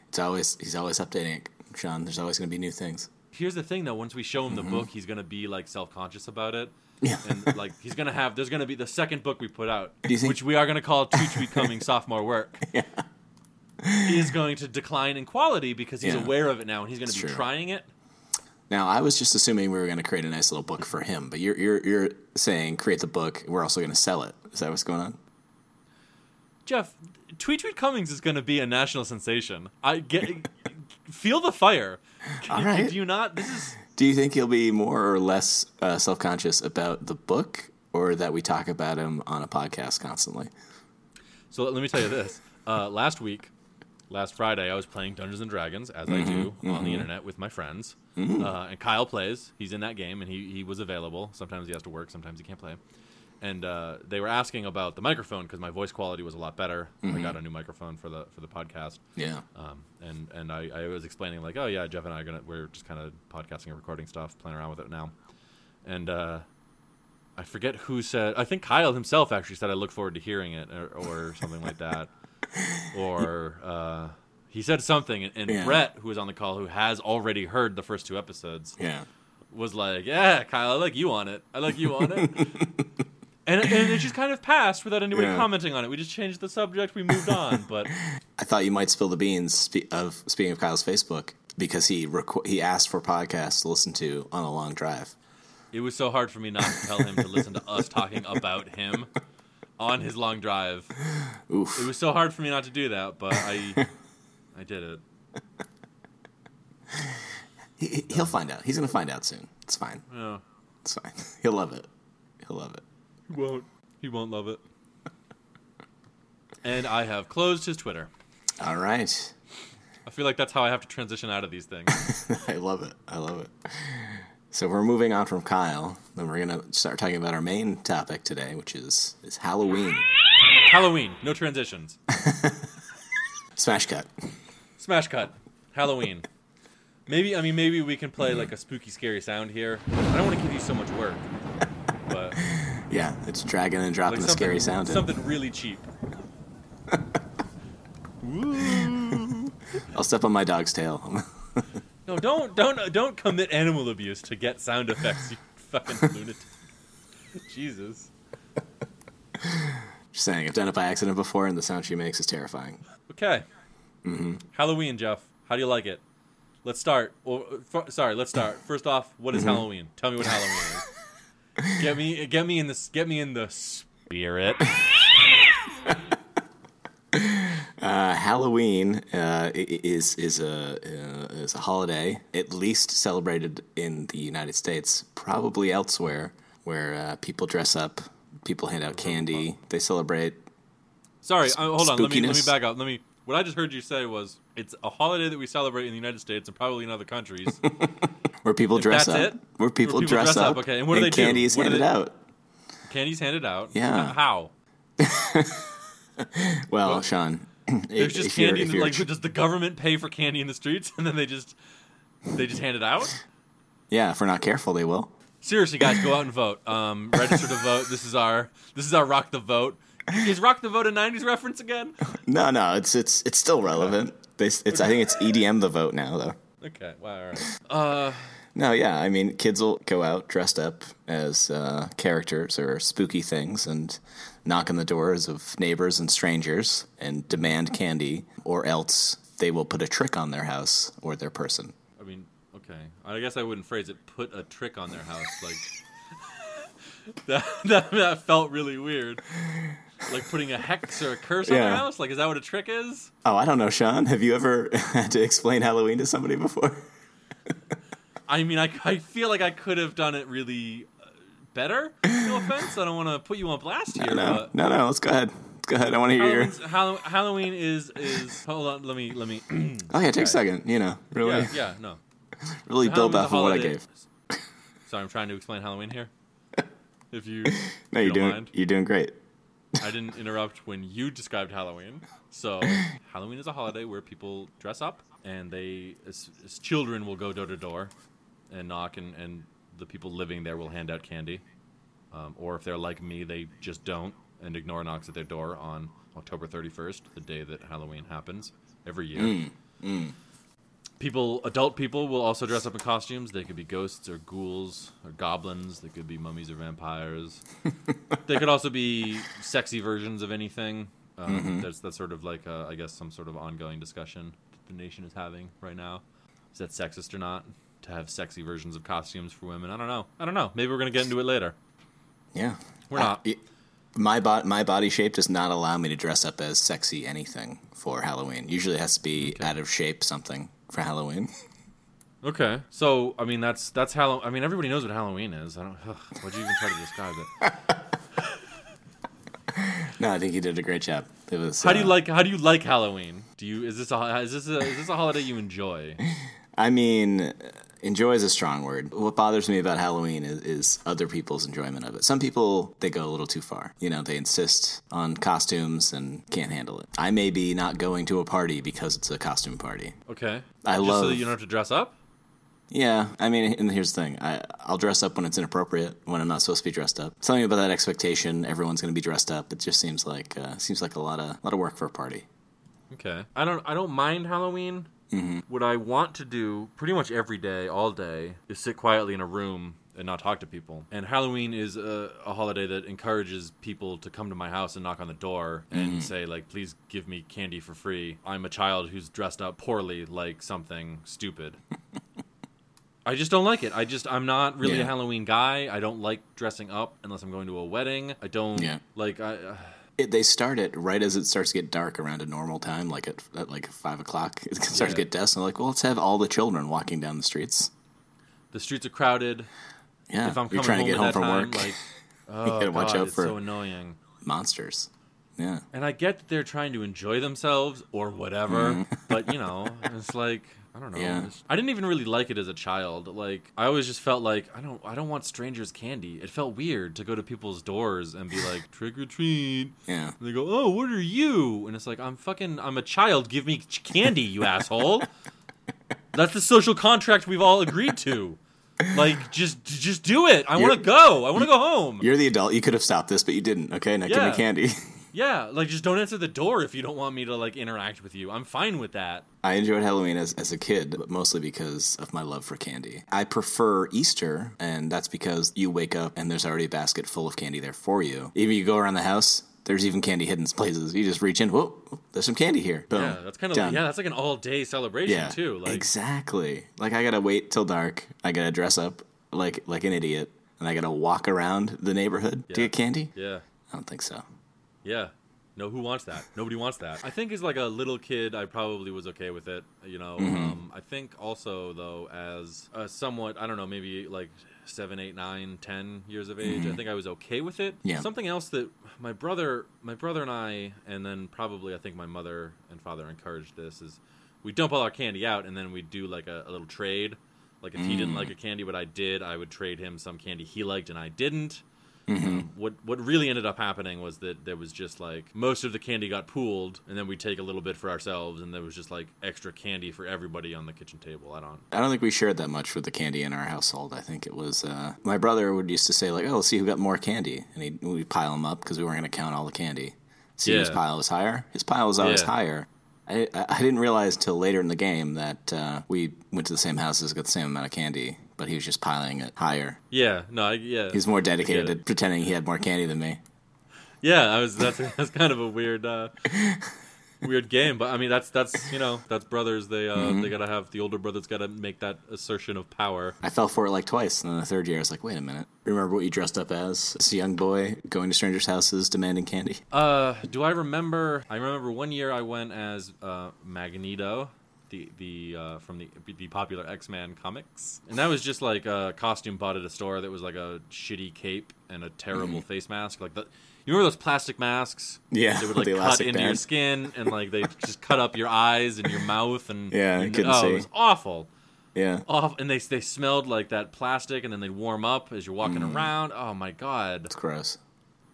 Speaker 2: it's always he's always updating it, Sean. There's always gonna be new things.
Speaker 1: here's the thing, though: once we show him the book, he's going to be like self conscious about it.
Speaker 2: Mm-hmm. Yeah.
Speaker 1: And like he's gonna have, there's gonna be the second book we put out,
Speaker 2: you think-
Speaker 1: which we are gonna call "Tweet Tweet Coming Sophomore Work," is going to decline in quality because he's
Speaker 2: Yeah.
Speaker 1: aware of it now and he's gonna
Speaker 2: It's
Speaker 1: be
Speaker 2: true.
Speaker 1: trying it.
Speaker 2: Now I was just assuming we were gonna create a nice little book for him, but you're you're you're saying create the book, we're also gonna sell it. Is that what's going on?
Speaker 1: Jeff, "Tweet Tweet Cummings" is gonna be a national sensation. I get, feel the fire.
Speaker 2: All
Speaker 1: Do
Speaker 2: right.
Speaker 1: you not? This is
Speaker 2: Do you think he'll be more or less uh, self conscious about the book or that we talk about him on a podcast constantly?
Speaker 1: So let, let me tell you this. Uh, last week, last Friday, I was playing Dungeons and Dragons, as I do on the internet with my friends. Uh, and Kyle plays. He's in that game, and he, he was available. Sometimes he has to work, sometimes he can't play. And uh, they were asking about the microphone because my voice quality was a lot better. I got a new microphone for the for the podcast.
Speaker 2: Yeah.
Speaker 1: Um, and and I, I was explaining like, oh yeah, Jeff and I are gonna we're just kind of podcasting and recording stuff, playing around with it now. And uh, I forget who said. I think Kyle himself actually said, "I look forward to hearing it," or, or something like that. or uh, he said something, and, and
Speaker 2: Yeah.
Speaker 1: Brett, who was on the call, who has already heard the first two episodes,
Speaker 2: Yeah.
Speaker 1: was like, "Yeah, Kyle, I like you on it. I like you on it." and and it just kind of passed without anybody
Speaker 2: Yeah.
Speaker 1: commenting on it. We just changed the subject. We moved on, but.
Speaker 2: I thought you might spill the beans spe- of speaking of Kyle's Facebook because he requ- he asked for podcasts to listen to on a long drive.
Speaker 1: It was so hard for me not to tell him to listen to us talking about him. on his long drive.
Speaker 2: Oof.
Speaker 1: It was so hard for me not to do that, but I I did it.
Speaker 2: He, he'll find out. He's gonna find out soon. It's fine.
Speaker 1: No,
Speaker 2: It's fine. He'll love it. He'll love it.
Speaker 1: he won't. He won't love it. And I have closed his Twitter.
Speaker 2: All right.
Speaker 1: I feel like that's how I have to transition out of these things.
Speaker 2: I love it. I love it. So we're moving on from Kyle, then we're gonna start talking about our main topic today, which is is Halloween.
Speaker 1: Halloween, no transitions.
Speaker 2: Smash cut.
Speaker 1: Smash cut. Halloween. Maybe I mean maybe we can play like a spooky scary sound here. I don't want to give you so much work. But
Speaker 2: Yeah, it's dragging and dropping
Speaker 1: like
Speaker 2: the scary
Speaker 1: something
Speaker 2: sound. in.
Speaker 1: something really cheap.
Speaker 2: I'll step on my dog's tail.
Speaker 1: No, don't don't uh, don't commit animal abuse to get sound effects, you fucking lunatic. Jesus.
Speaker 2: Just saying, I've done it by accident before, and the sound she makes is terrifying.
Speaker 1: Okay. Halloween, Jeff. How do you like it? Let's start. Well, f- sorry, let's start. First off, what
Speaker 2: Mm-hmm.
Speaker 1: is Halloween? Tell me what Halloween is. Get me, uh, get me in the, get me in the spirit.
Speaker 2: Uh, Halloween uh, i- i- is is a uh, is a holiday, at least celebrated in the United States, probably elsewhere, where uh, people dress up, people hand out candy, they celebrate.
Speaker 1: Sorry, uh, hold on. Let me, let me
Speaker 2: Spookiness.
Speaker 1: back up. Let me. What I just heard you say was it's a holiday that we celebrate in the United States and probably in other countries.
Speaker 2: Where people dress
Speaker 1: that's
Speaker 2: up,
Speaker 1: it?
Speaker 2: where people, dress, up,
Speaker 1: okay, and what do they do?
Speaker 2: candy is
Speaker 1: What do
Speaker 2: handed
Speaker 1: they-
Speaker 2: out.
Speaker 1: Candy's handed out.
Speaker 2: Yeah.
Speaker 1: Uh, How?
Speaker 2: Well,
Speaker 1: Well,
Speaker 2: Sean, if,
Speaker 1: There's just
Speaker 2: if you're-
Speaker 1: candy.
Speaker 2: if
Speaker 1: In the,
Speaker 2: you're-
Speaker 1: like, does the government pay for candy in the streets and then they just, they just hand it out?
Speaker 2: yeah, if we're not careful, they will.
Speaker 1: seriously guys go out and vote um, register to vote this is our this is our rock the vote is rock the vote a 90s reference again
Speaker 2: No, no, it's it's it's still relevant. They, s- it's I think it's EDM the vote now though.
Speaker 1: okay wow all right
Speaker 2: No, yeah, I mean, kids will go out dressed up as uh, characters or spooky things and knock on the doors of neighbors and strangers and demand candy, or else they will put a trick on their house or their person.
Speaker 1: i mean okay i guess i wouldn't phrase it put a trick on their house like that, that that felt really weird like putting a hex or a curse on their
Speaker 2: Yeah.
Speaker 1: house like is that what a trick is
Speaker 2: Oh, I don't know, Sean. Have you ever had to explain Halloween to somebody before?
Speaker 1: i mean i, I feel like i could have done it really uh, better no offense i don't want to put you Um, on blast here
Speaker 2: No,
Speaker 1: but
Speaker 2: no, no. Let's go ahead. Let's go ahead. I want to hear your.
Speaker 1: Halloween's- Hallow- Halloween is is hold on let me let me
Speaker 2: Oh yeah, take a second. You know, really,
Speaker 1: yeah yeah no
Speaker 2: really build
Speaker 1: Halloween's
Speaker 2: off
Speaker 1: a
Speaker 2: of what I
Speaker 1: holiday.
Speaker 2: gave.
Speaker 1: Sorry, I'm trying to explain Halloween here. If you,
Speaker 2: No,
Speaker 1: you
Speaker 2: you're
Speaker 1: don't
Speaker 2: doing
Speaker 1: mind.
Speaker 2: you're doing great.
Speaker 1: I didn't interrupt when you described Halloween. So Halloween is a holiday where people dress up and they, as, as children, will go door to door and knock, and, and the people living there will hand out candy. Um, or if they're like me, they just don't and ignore knocks at their door on October 31st, the day that Halloween happens every year. People, adult people, will also dress up in costumes. They could be ghosts or ghouls or goblins. They could be mummies or vampires. they could also be sexy versions of anything. Um,
Speaker 2: Mm-hmm.
Speaker 1: That's that's sort of like uh, I guess some sort of ongoing discussion that the nation is having right now. Is that sexist or not? To have sexy versions of costumes for women? I don't know. I don't know. Maybe we're gonna get into it later.
Speaker 2: Yeah,
Speaker 1: We're not.
Speaker 2: I- my bo- my body shape does not allow me to dress up as sexy anything for Halloween. Usually, it has to be out of shape something for Halloween.
Speaker 1: Okay. So I mean that's that's Halloween. I mean everybody knows what Halloween is. I don't. Ugh, why'd you even try to describe it?
Speaker 2: no, I think you did a great job. It was.
Speaker 1: How do you
Speaker 2: uh,
Speaker 1: like How do you like Halloween? Do you is this a is this a, is this a holiday you enjoy?
Speaker 2: I mean, enjoy is a strong word. What bothers me about Halloween is, is other people's enjoyment of it. Some people they go a little too far. You know, they insist on costumes and can't handle it. I may be not going to a party because it's a costume party.
Speaker 1: Okay.
Speaker 2: I
Speaker 1: Just so that
Speaker 2: love-
Speaker 1: you don't have to dress up.
Speaker 2: Yeah, I mean, and here's the thing: I, I'll dress up when it's inappropriate, when I'm not supposed to be dressed up. Something about that expectation, everyone's going to be dressed up. It just seems like uh, seems like a lot of lot of work for a party.
Speaker 1: Okay. I don't I don't mind Halloween.
Speaker 2: Mm-hmm.
Speaker 1: What I want to do pretty much every day, all day, is sit quietly in a room and not talk to people. And Halloween is a, a holiday that encourages people to come to my house and knock on the door and
Speaker 2: Mm-hmm.
Speaker 1: say like, "Please give me candy for free. I'm a child who's dressed up poorly like something stupid." I just don't like it. I just I'm not really
Speaker 2: Yeah.
Speaker 1: a Halloween guy. I don't like dressing up unless I'm going to a wedding. I don't
Speaker 2: Yeah.
Speaker 1: like I uh,
Speaker 2: It, they start it right as it starts to get dark around a normal time, like at, at like five o'clock. It starts to
Speaker 1: Yeah.
Speaker 2: get dusk, and they're like, well, let's have all the children walking down the streets.
Speaker 1: the streets are crowded.
Speaker 2: Yeah,
Speaker 1: If I'm coming
Speaker 2: you're trying
Speaker 1: home
Speaker 2: to get home
Speaker 1: at that
Speaker 2: from
Speaker 1: time,
Speaker 2: work,
Speaker 1: like
Speaker 2: you gotta
Speaker 1: oh,
Speaker 2: watch
Speaker 1: God,
Speaker 2: out
Speaker 1: it's
Speaker 2: for
Speaker 1: so annoying.
Speaker 2: monsters. Yeah,
Speaker 1: And I get that they're trying to enjoy themselves or whatever, but you know, it's like I don't know.
Speaker 2: Mm-hmm. Yeah.
Speaker 1: It's- I didn't even really like it as a child. Like I always just felt like I don't I don't want strangers candy. It felt weird to go to people's doors and be like trick or treat.
Speaker 2: yeah.
Speaker 1: And they go, "Oh, what are you?" And it's like, "I'm fucking I'm a child. Give me ch- candy, you asshole." That's the social contract we've all agreed to. Like just just do it. I want to
Speaker 2: You're-
Speaker 1: go. I want to go home.
Speaker 2: You're the adult. You could have stopped this, but you didn't. Okay, now give me
Speaker 1: Yeah.
Speaker 2: candy.
Speaker 1: Yeah, like just don't answer the door if you don't want me to like interact with you. I'm fine with that.
Speaker 2: I enjoyed Halloween as, as a kid, but mostly because of my love for candy. I prefer Easter, and that's because you wake up and there's already a basket full of candy there for you. Even you go around the house, there's even candy hidden in places. You just reach in, whoa, there's some candy here. Boom.
Speaker 1: Yeah, that's kind of
Speaker 2: Oh. done.
Speaker 1: yeah, that's like an all day celebration
Speaker 2: Yeah,
Speaker 1: too. Like
Speaker 2: exactly. Like I gotta wait till dark. I gotta dress up like like an idiot, and I gotta walk around the neighborhood to
Speaker 1: Yeah.
Speaker 2: get candy.
Speaker 1: yeah,
Speaker 2: I don't think so.
Speaker 1: yeah. No, who wants that? Nobody wants that. I think as like a little kid, I probably was okay with it. You know, um, I think also though as a somewhat I don't know maybe like seven, eight, nine, ten years of age, I think I was okay with it.
Speaker 2: Yeah.
Speaker 1: Something else that my brother, my brother and I, and then probably I think my mother and father encouraged this is we dump all our candy out and then we do like a, a little trade. Like if he didn't like a candy, but I did, I would trade him some candy he liked and I didn't. Um, what what really ended up happening was that there was just like most of the candy got pooled, and then we take a little bit for ourselves, and there was just like extra candy for everybody on the kitchen table. I don't.
Speaker 2: I don't think we shared that much with the candy in our household. I think it was uh, my brother would used to say like, "Oh, let's see who got more candy," and he we pile them up because we weren't going to count all the candy. See whose
Speaker 1: Yeah.
Speaker 2: pile was higher. His pile was always
Speaker 1: Yeah.
Speaker 2: higher. I, I I didn't realize till later in the game that uh, we went to the same houses, got the same amount of candy, but he was just piling it higher.
Speaker 1: Yeah, no, I, yeah,
Speaker 2: He's more
Speaker 1: I
Speaker 2: dedicated
Speaker 1: get
Speaker 2: to pretending he had more candy than me.
Speaker 1: yeah. I was that's that's kind of a weird uh, weird game, but I mean that's that's you know that's brothers. They uh, they gotta have the older brother's gotta make that assertion of power.
Speaker 2: I fell for it like twice, and then the third year I was like, "Wait a minute! Remember what you dressed up as? This young boy going to strangers' houses demanding candy."
Speaker 1: Uh, do I remember? I remember one year I went as uh, Magneto, the the uh, from the the popular X Man comics, and that was just like a costume bought at a store that was like a shitty cape and a terrible face mask, like the. You remember those plastic masks?
Speaker 2: Mm-hmm. Yeah,
Speaker 1: they would
Speaker 2: with
Speaker 1: like
Speaker 2: the
Speaker 1: cut
Speaker 2: elastic
Speaker 1: into your
Speaker 2: band.
Speaker 1: skin and like they just cut up your eyes and your mouth and
Speaker 2: Yeah, I
Speaker 1: and-
Speaker 2: couldn't
Speaker 1: oh,
Speaker 2: see.
Speaker 1: it was awful.
Speaker 2: Yeah,
Speaker 1: Awful, and they they smelled like that plastic, and then they'd warm up as you're walking
Speaker 2: Mm.
Speaker 1: around. Oh my god!
Speaker 2: it's gross.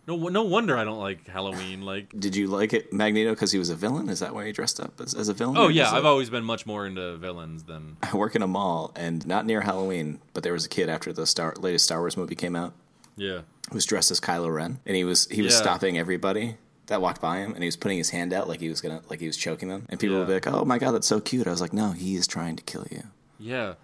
Speaker 1: No, wo- no wonder I don't like Halloween. Like
Speaker 2: Did you like it, Magneto, because he was a villain? Is that why he dressed up as, as a villain?
Speaker 1: Oh
Speaker 2: Or
Speaker 1: yeah,
Speaker 2: just a-
Speaker 1: I've always been much more into villains than
Speaker 2: I work in a mall, and not near Halloween, but there was a kid after the Star latest Star Wars movie came out
Speaker 1: yeah.
Speaker 2: who was dressed as Kylo Ren, and he was he was
Speaker 1: Yeah.
Speaker 2: stopping everybody that walked by him, and he was putting his hand out like he was gonna like he was choking them, and people
Speaker 1: Yeah.
Speaker 2: would be like, "Oh my god, that's so cute." I was like, "No, he is trying to kill you.
Speaker 1: Yeah.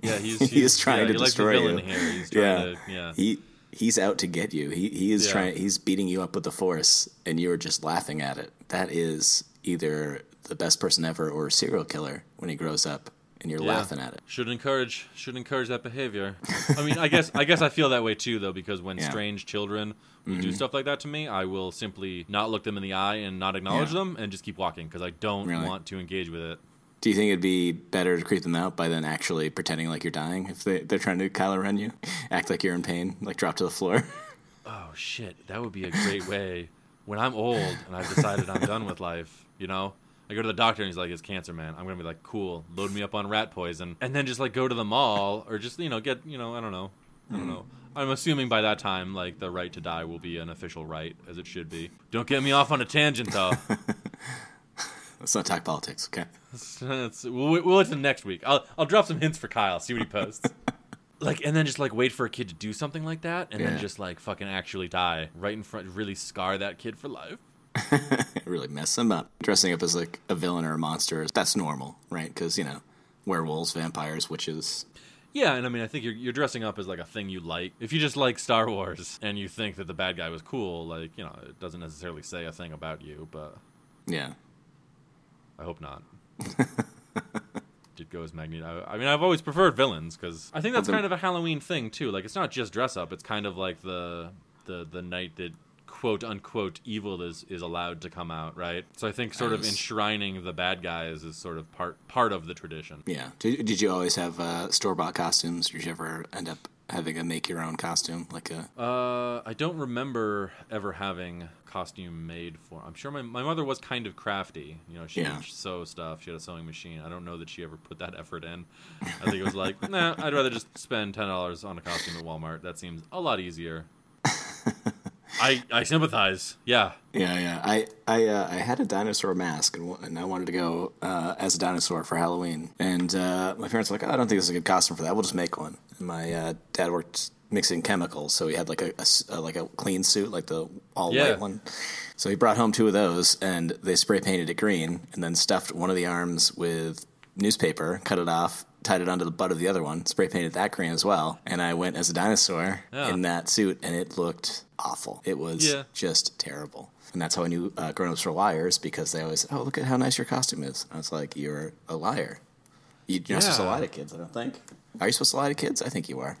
Speaker 1: Yeah, he's,
Speaker 2: He is trying
Speaker 1: yeah,
Speaker 2: to
Speaker 1: he
Speaker 2: destroy
Speaker 1: likes the villain
Speaker 2: you.
Speaker 1: here. He's trying
Speaker 2: Yeah,
Speaker 1: to yeah.
Speaker 2: he." He's out to get you. He he is
Speaker 1: Yeah.
Speaker 2: trying. He's beating you up with the force, and you're just laughing at it. That is either the best person ever or a serial killer when he grows up, and you're
Speaker 1: Yeah.
Speaker 2: laughing at it.
Speaker 1: Should encourage should encourage that behavior. I mean, I guess I guess I feel that way too though because when
Speaker 2: Yeah. Mm-hmm.
Speaker 1: strange children will do stuff like that to me, I will simply not look them in the eye and not acknowledge
Speaker 2: Yeah.
Speaker 1: them and just keep walking because I don't
Speaker 2: Really?
Speaker 1: want to engage with it.
Speaker 2: Do you think it'd be better to creep them out by then actually pretending like you're dying if they, they're trying to Kylo Ren you? Act like you're in pain, like drop to the floor.
Speaker 1: Oh shit, that would be a great way when I'm old and I've decided I'm done with life, you know? I go to the doctor and he's like, It's cancer, man. I'm gonna be like, Cool, load me up on rat poison and then just like go to the mall or just, you know, get you know, I don't know. I don't know. I'm assuming by that time, like the right to die will be an official right, as it should be. Don't get me off on a tangent, though.
Speaker 2: Let's not talk politics, okay?
Speaker 1: It's- it's- we'll, wait- we'll listen next week. I'll, I'll drop some hints for Kyle, see what he posts. like, and then just like wait for a kid to do something like that, and
Speaker 2: Yeah.
Speaker 1: then just like fucking actually die right in front, really scar that kid for life.
Speaker 2: Really mess them up. Dressing up as like a villain or a monster, that's normal, right? Because, you know, werewolves, vampires, witches.
Speaker 1: Yeah, and I mean, I think you're, you're dressing up as like a thing you like. If you just like Star Wars and you think that the bad guy was cool, like, you know, it doesn't necessarily say a thing about you, but
Speaker 2: Yeah.
Speaker 1: I hope not. did go as Magneto. I, I mean, I've always preferred villains because I think that's
Speaker 2: Well, the-
Speaker 1: kind of a Halloween thing too. Like, it's not just dress up; it's kind of like the the the night that quote unquote evil is is allowed to come out, right? So I think sort of
Speaker 2: Yes.
Speaker 1: enshrining the bad guys is sort of part part of the tradition.
Speaker 2: Yeah. Did, did you always have uh, store bought costumes? Did you ever end up having a make your own costume? Like a
Speaker 1: Uh, I don't remember ever having costume made for. I'm sure my, my mother was kind of crafty. You know, she
Speaker 2: Yeah.
Speaker 1: would sew stuff. She had a sewing machine. I don't know that she ever put that effort in. I think it was like, nah, I'd rather just spend ten dollars on a costume at Walmart. That seems a lot easier. I I sympathize. Yeah,
Speaker 2: yeah, yeah. I I uh, I had a dinosaur mask and, wa- and I wanted to go uh, as a dinosaur for Halloween. And uh, my parents were like, oh, I don't think this is a good costume for that. We'll just make one. And my uh, dad worked mixing chemicals, so he had like a, a s- uh, like a clean suit, like the all
Speaker 1: Yeah.
Speaker 2: white one. So he brought home two of those, and they spray painted it green, and then stuffed one of the arms with newspaper, cut it off, tied it onto the butt of the other one, spray painted that green as well. And I went as a dinosaur
Speaker 1: Yeah.
Speaker 2: in that suit, and it looked awful. It was
Speaker 1: Yeah.
Speaker 2: just terrible. And that's how I knew uh, grown ups were liars because they always said, "Oh, look at how nice your costume is." I was like, "You're a liar. You're not supposed to
Speaker 1: Yeah.
Speaker 2: lie to kids. I don't think. Are you supposed to lie to kids? I think you are."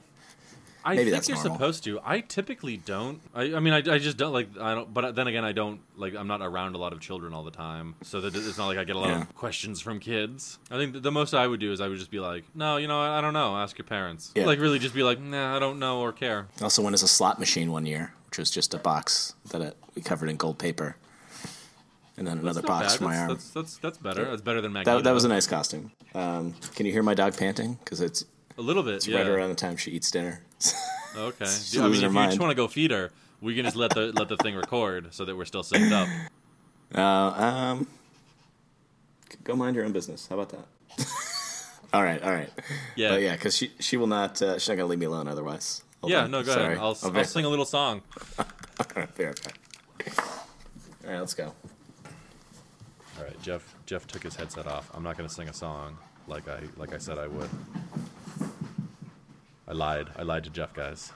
Speaker 1: I
Speaker 2: Maybe
Speaker 1: think
Speaker 2: that's
Speaker 1: you're
Speaker 2: normal.
Speaker 1: supposed to. I typically don't. I, I mean, I, I just don't like. I don't. But then again, I don't like. I'm not around a lot of children all the time, so that it's not like I get a lot
Speaker 2: Yeah.
Speaker 1: of questions from kids. I think the, the most I would do is I would just be like, no, you know, I, I don't know. Ask your parents.
Speaker 2: Yeah.
Speaker 1: Like really, just be like, nah, I don't know or care.
Speaker 2: I also went as a slot machine one year, which was just a box that it, we covered in gold paper, and then another
Speaker 1: Not
Speaker 2: box
Speaker 1: bad.
Speaker 2: for my
Speaker 1: that's,
Speaker 2: arm.
Speaker 1: That's, that's that's better. That's better than Magneto.
Speaker 2: That, that was a nice costume. Um, can you hear my dog panting? Because it's
Speaker 1: a little bit. Yeah.
Speaker 2: right around the time she eats dinner.
Speaker 1: Okay.
Speaker 2: She's
Speaker 1: I mean, if
Speaker 2: losing
Speaker 1: you
Speaker 2: her
Speaker 1: just
Speaker 2: mind.
Speaker 1: want to go feed her, we can just let the let the thing record so that we're still synced up.
Speaker 2: Um, go mind your own business. How about that? all right, all right.
Speaker 1: Yeah.
Speaker 2: But yeah, because she she will not. Uh, she's not gonna leave me alone otherwise. Hold
Speaker 1: Yeah.
Speaker 2: on.
Speaker 1: No. Go
Speaker 2: Sorry.
Speaker 1: ahead. I'll,
Speaker 2: I'll
Speaker 1: I'll
Speaker 2: ver-
Speaker 1: sing a little song.
Speaker 2: I'll verify. All right, let's go.
Speaker 1: All right, Jeff. Jeff took his headset off. I'm not gonna sing a song like I like I said I would. I lied. I lied to Jeff, guys.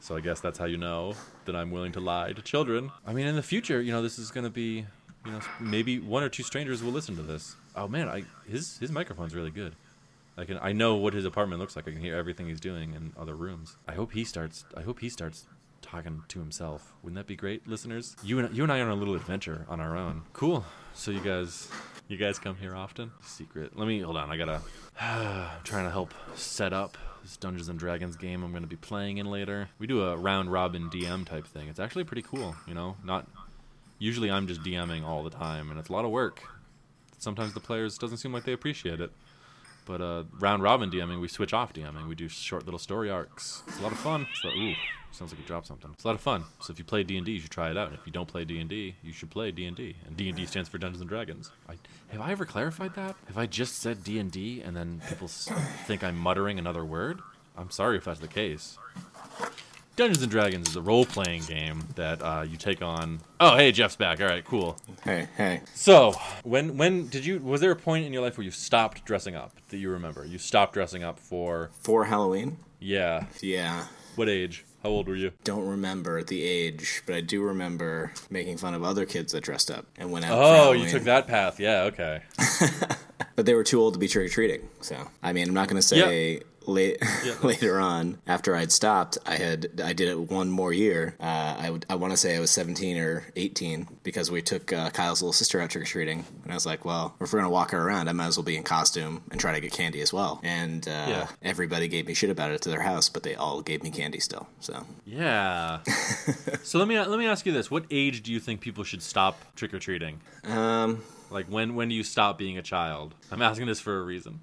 Speaker 1: So I guess that's how you know that I'm willing to lie to children. I mean, in the future, you know, this is gonna be, you know, maybe one or two strangers will listen to this. Oh man, I his his microphone's really good. I can I know what his apartment looks like. I can hear everything he's doing in other rooms. I hope he starts. I hope he starts talking to himself. Wouldn't that be great, listeners? You and you and I are on a little adventure on our own. Cool. So you guys, you guys come here often? Secret. Let me hold on. I gotta. I'm trying to help set up this Dungeons and Dragons game I'm gonna be playing in later. We do a round robin DM type thing. It's actually pretty cool. You know, not. Usually I'm just DMing all the time, and it's a lot of work. Sometimes the players doesn't seem like they appreciate it. But uh, round robin DMing, we switch off DMing. We do short little story arcs. It's a lot of fun. So, ooh, sounds like you dropped something. It's a lot of fun. So if you play D and D, you should try it out. If you don't play D and D, you should play D and D. And D and D stands for Dungeons and Dragons. I, have I ever clarified that? Have I just said D and D and then people s- think I'm muttering another word? I'm sorry if that's the case. Dungeons and Dragons is a role-playing game that uh, you take on. Oh, hey, Jeff's back. All right, cool.
Speaker 2: Hey, hey.
Speaker 1: So, when when did you was there a point in your life where you stopped dressing up that you remember? You stopped dressing up for
Speaker 2: For Halloween?
Speaker 1: yeah.
Speaker 2: Yeah.
Speaker 1: What age? How old were you?
Speaker 2: Don't remember the age, but I do remember making fun of other kids that dressed up and went out. for
Speaker 1: Oh, you
Speaker 2: Halloween.
Speaker 1: took that path. Yeah, okay.
Speaker 2: But they were too old to be trick or treating. So I mean, I'm not going to say late, later on after I'd stopped. I had I did it one more year. Uh, I would I want to say I was 17 or 18 because we took uh, Kyle's little sister out trick or treating, and I was like, well, if we're going to walk her around, I might as well be in costume and try to get candy as well. And uh,
Speaker 1: Yeah.
Speaker 2: everybody gave me shit about it to their house, but they all gave me candy still. So
Speaker 1: Yeah. so let me let me ask you this: What age do you think people should stop trick or treating? Um, like when when do you stop being a child? I'm asking this for a reason.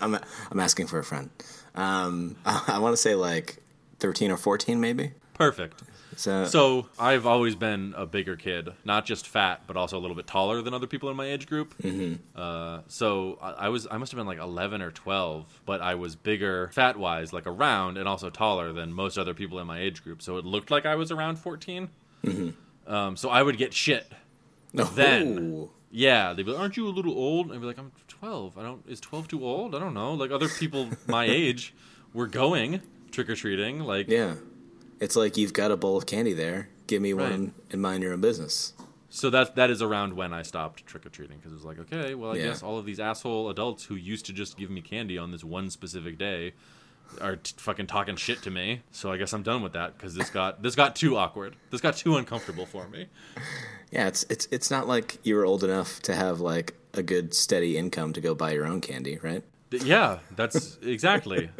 Speaker 2: I'm I'm asking for a friend. Um, I want to say like 13 or 14 maybe.
Speaker 1: Perfect.
Speaker 2: So,
Speaker 1: So I've always been a bigger kid, not just fat, but also a little bit taller than other people in my age group. Uh, so I, I was, I must have been like 11 or 12, but I was bigger, fat wise, like around, and also taller than most other people in my age group. So it looked like I was around 14. Um, so I would get shit. then-
Speaker 2: Ooh.
Speaker 1: Yeah, they'd be like, "Aren't you a little old?" And I'd be like, "I'm 12. I don't. Is 12 too old? I don't know. Like other people my age were going trick or treating. Like
Speaker 2: Yeah. It's like you've got a bowl of candy there. Give me
Speaker 1: Right.
Speaker 2: one and mind your own business.
Speaker 1: So that that is around when I stopped trick or treating because it was like, okay, well, I
Speaker 2: Yeah.
Speaker 1: guess all of these asshole adults who used to just give me candy on this one specific day are t- fucking talking shit to me. So I guess I'm done with that because this got this got too awkward. This got too uncomfortable for me.
Speaker 2: Yeah, it's it's it's not like you were old enough to have like a good steady income to go buy your own candy, right?
Speaker 1: Th- Yeah, that's exactly.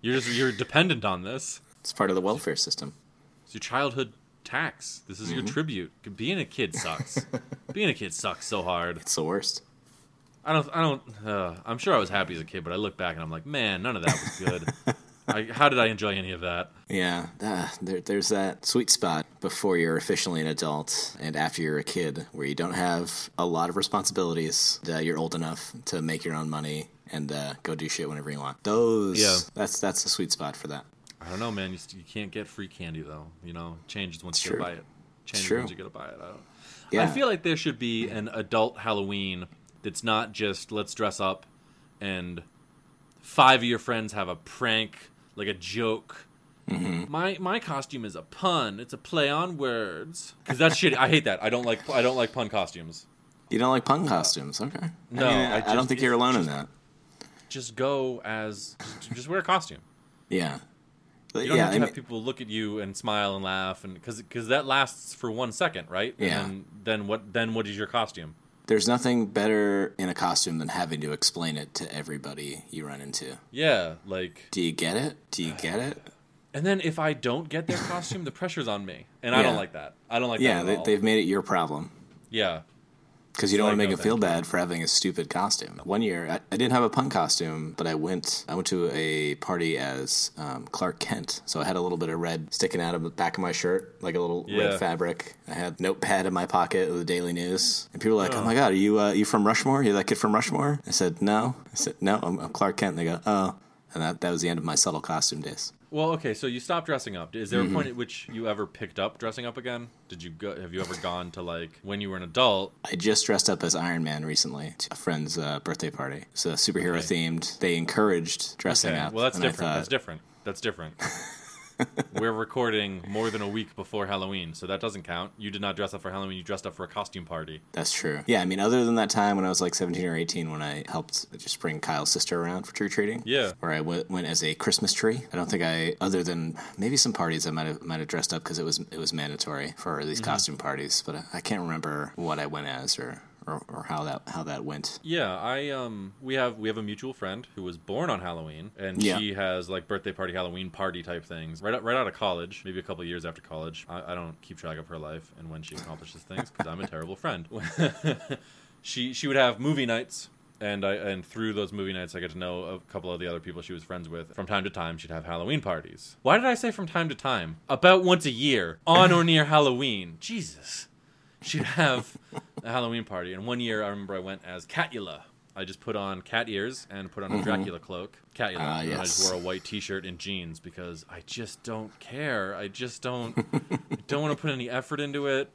Speaker 1: You're just you're dependent on this.
Speaker 2: It's part of the welfare system.
Speaker 1: It's your childhood tax. This is your tribute. Being a kid sucks. Being a kid sucks so hard.
Speaker 2: It's the worst.
Speaker 1: I don't. I don't. Uh, I'm sure I was happy as a kid, but I look back and I'm like, man, none of that was good. I, how did I enjoy any of that?
Speaker 2: Yeah, ah, there, there's that sweet spot before you're officially an adult and after you're a kid, where you don't have a lot of responsibilities. Uh, you're old enough to make your own money and uh, go do shit whenever you want. Those,
Speaker 1: Yeah.
Speaker 2: that's that's the sweet spot for that.
Speaker 1: I don't know, man. You, st- you can't get free candy though. You know, changes once you
Speaker 2: True.
Speaker 1: gotta buy it. Changes
Speaker 2: True.
Speaker 1: once you gotta buy it. I don't. I
Speaker 2: Yeah.
Speaker 1: feel like there should be an adult Halloween that's not just let's dress up and five of your friends have a prank, like a joke.
Speaker 2: Mm-hmm.
Speaker 1: My my costume is a pun. It's a play on words. Cause that's shitty. I hate that. I don't like I don't like pun costumes.
Speaker 2: You don't like pun costumes, okay?
Speaker 1: No,
Speaker 2: I, mean, I,
Speaker 1: I
Speaker 2: I don't
Speaker 1: just-
Speaker 2: think you're
Speaker 1: it's
Speaker 2: alone in that.
Speaker 1: Just go as just, just wear a costume.
Speaker 2: Yeah,
Speaker 1: You don't
Speaker 2: yeah.
Speaker 1: have to
Speaker 2: I
Speaker 1: have
Speaker 2: mean-
Speaker 1: people look at you and smile and laugh, and because that lasts for one second, right?
Speaker 2: Yeah.
Speaker 1: And then, then what? Then what is your costume?
Speaker 2: There's nothing better in a costume than having to explain it to everybody you run into.
Speaker 1: Yeah, like.
Speaker 2: Do you get it? Do you get it?
Speaker 1: And then if I don't get their costume, the pressure's on me, and I don't
Speaker 2: Yeah.
Speaker 1: like that. I don't like
Speaker 2: Yeah,
Speaker 1: that. at
Speaker 2: they,
Speaker 1: all.
Speaker 2: they've made it your problem
Speaker 1: Yeah.
Speaker 2: because you don't
Speaker 1: So
Speaker 2: want
Speaker 1: I
Speaker 2: to make
Speaker 1: know
Speaker 2: them feel
Speaker 1: that.
Speaker 2: bad for having a stupid costume. One year, I, I didn't have a pun costume, but I went. I went to a party as um, Clark Kent, so I had a little bit of red sticking out of the back of my shirt, like a little
Speaker 1: Yeah.
Speaker 2: red fabric. I had a notepad in my pocket of the Daily News, and people were like, "Oh my god, are you uh, you from Rushmore? You're that kid from Rushmore?" I said, "No." I said, "No, I'm, I'm Clark Kent." And they go, "Oh," and that that was the end of my subtle costume days.
Speaker 1: Well, okay. So you stopped dressing up. Is there
Speaker 2: Mm-hmm.
Speaker 1: a point at which you ever picked up dressing up again? Did you go? Have you ever gone to like when you were an adult?
Speaker 2: I just dressed up as Iron Man recently to a friend's uh, birthday party. It's a superhero themed. They encouraged dressing
Speaker 1: Okay.
Speaker 2: up.
Speaker 1: Well, that's
Speaker 2: and I
Speaker 1: different.
Speaker 2: thought,
Speaker 1: that's different. That's different. we're recording more than a week before Halloween, so that doesn't count. You did not dress up for Halloween. You dressed up for a costume party.
Speaker 2: That's true. Yeah, I mean, other than that time when I was like 17 or 18, when I helped just bring Kyle's sister around for trick or treating.
Speaker 1: Yeah.
Speaker 2: Where I went, went as a Christmas tree. I don't think I, other than maybe some parties, I might have might have dressed up because it was it was mandatory for
Speaker 1: Mm-hmm.
Speaker 2: these costume parties. But I, I can't remember what I went as or, or, or how that how that went.
Speaker 1: Yeah, I um we have we have a mutual friend who was born on Halloween and
Speaker 2: Yeah.
Speaker 1: she has like birthday party Halloween party type things right out, right out of college, maybe a couple of years after college. I, I don't keep track of her life and when she accomplishes things cuz I'm a terrible friend. she she would have movie nights and I and through those movie nights I get to know a couple of the other people she was friends with. From time to time she'd have Halloween parties. Why did I say from time to time? About once a year on or near Halloween. Jesus she'd have a Halloween party. And one year, I remember I went as Catula. I just put on cat ears and put on a Dracula cloak. Catula.
Speaker 2: Mm-hmm. Ah,
Speaker 1: And I just
Speaker 2: yes.
Speaker 1: wore a white T-shirt and jeans because I just don't care. I just don't. I don't want to put any effort into it.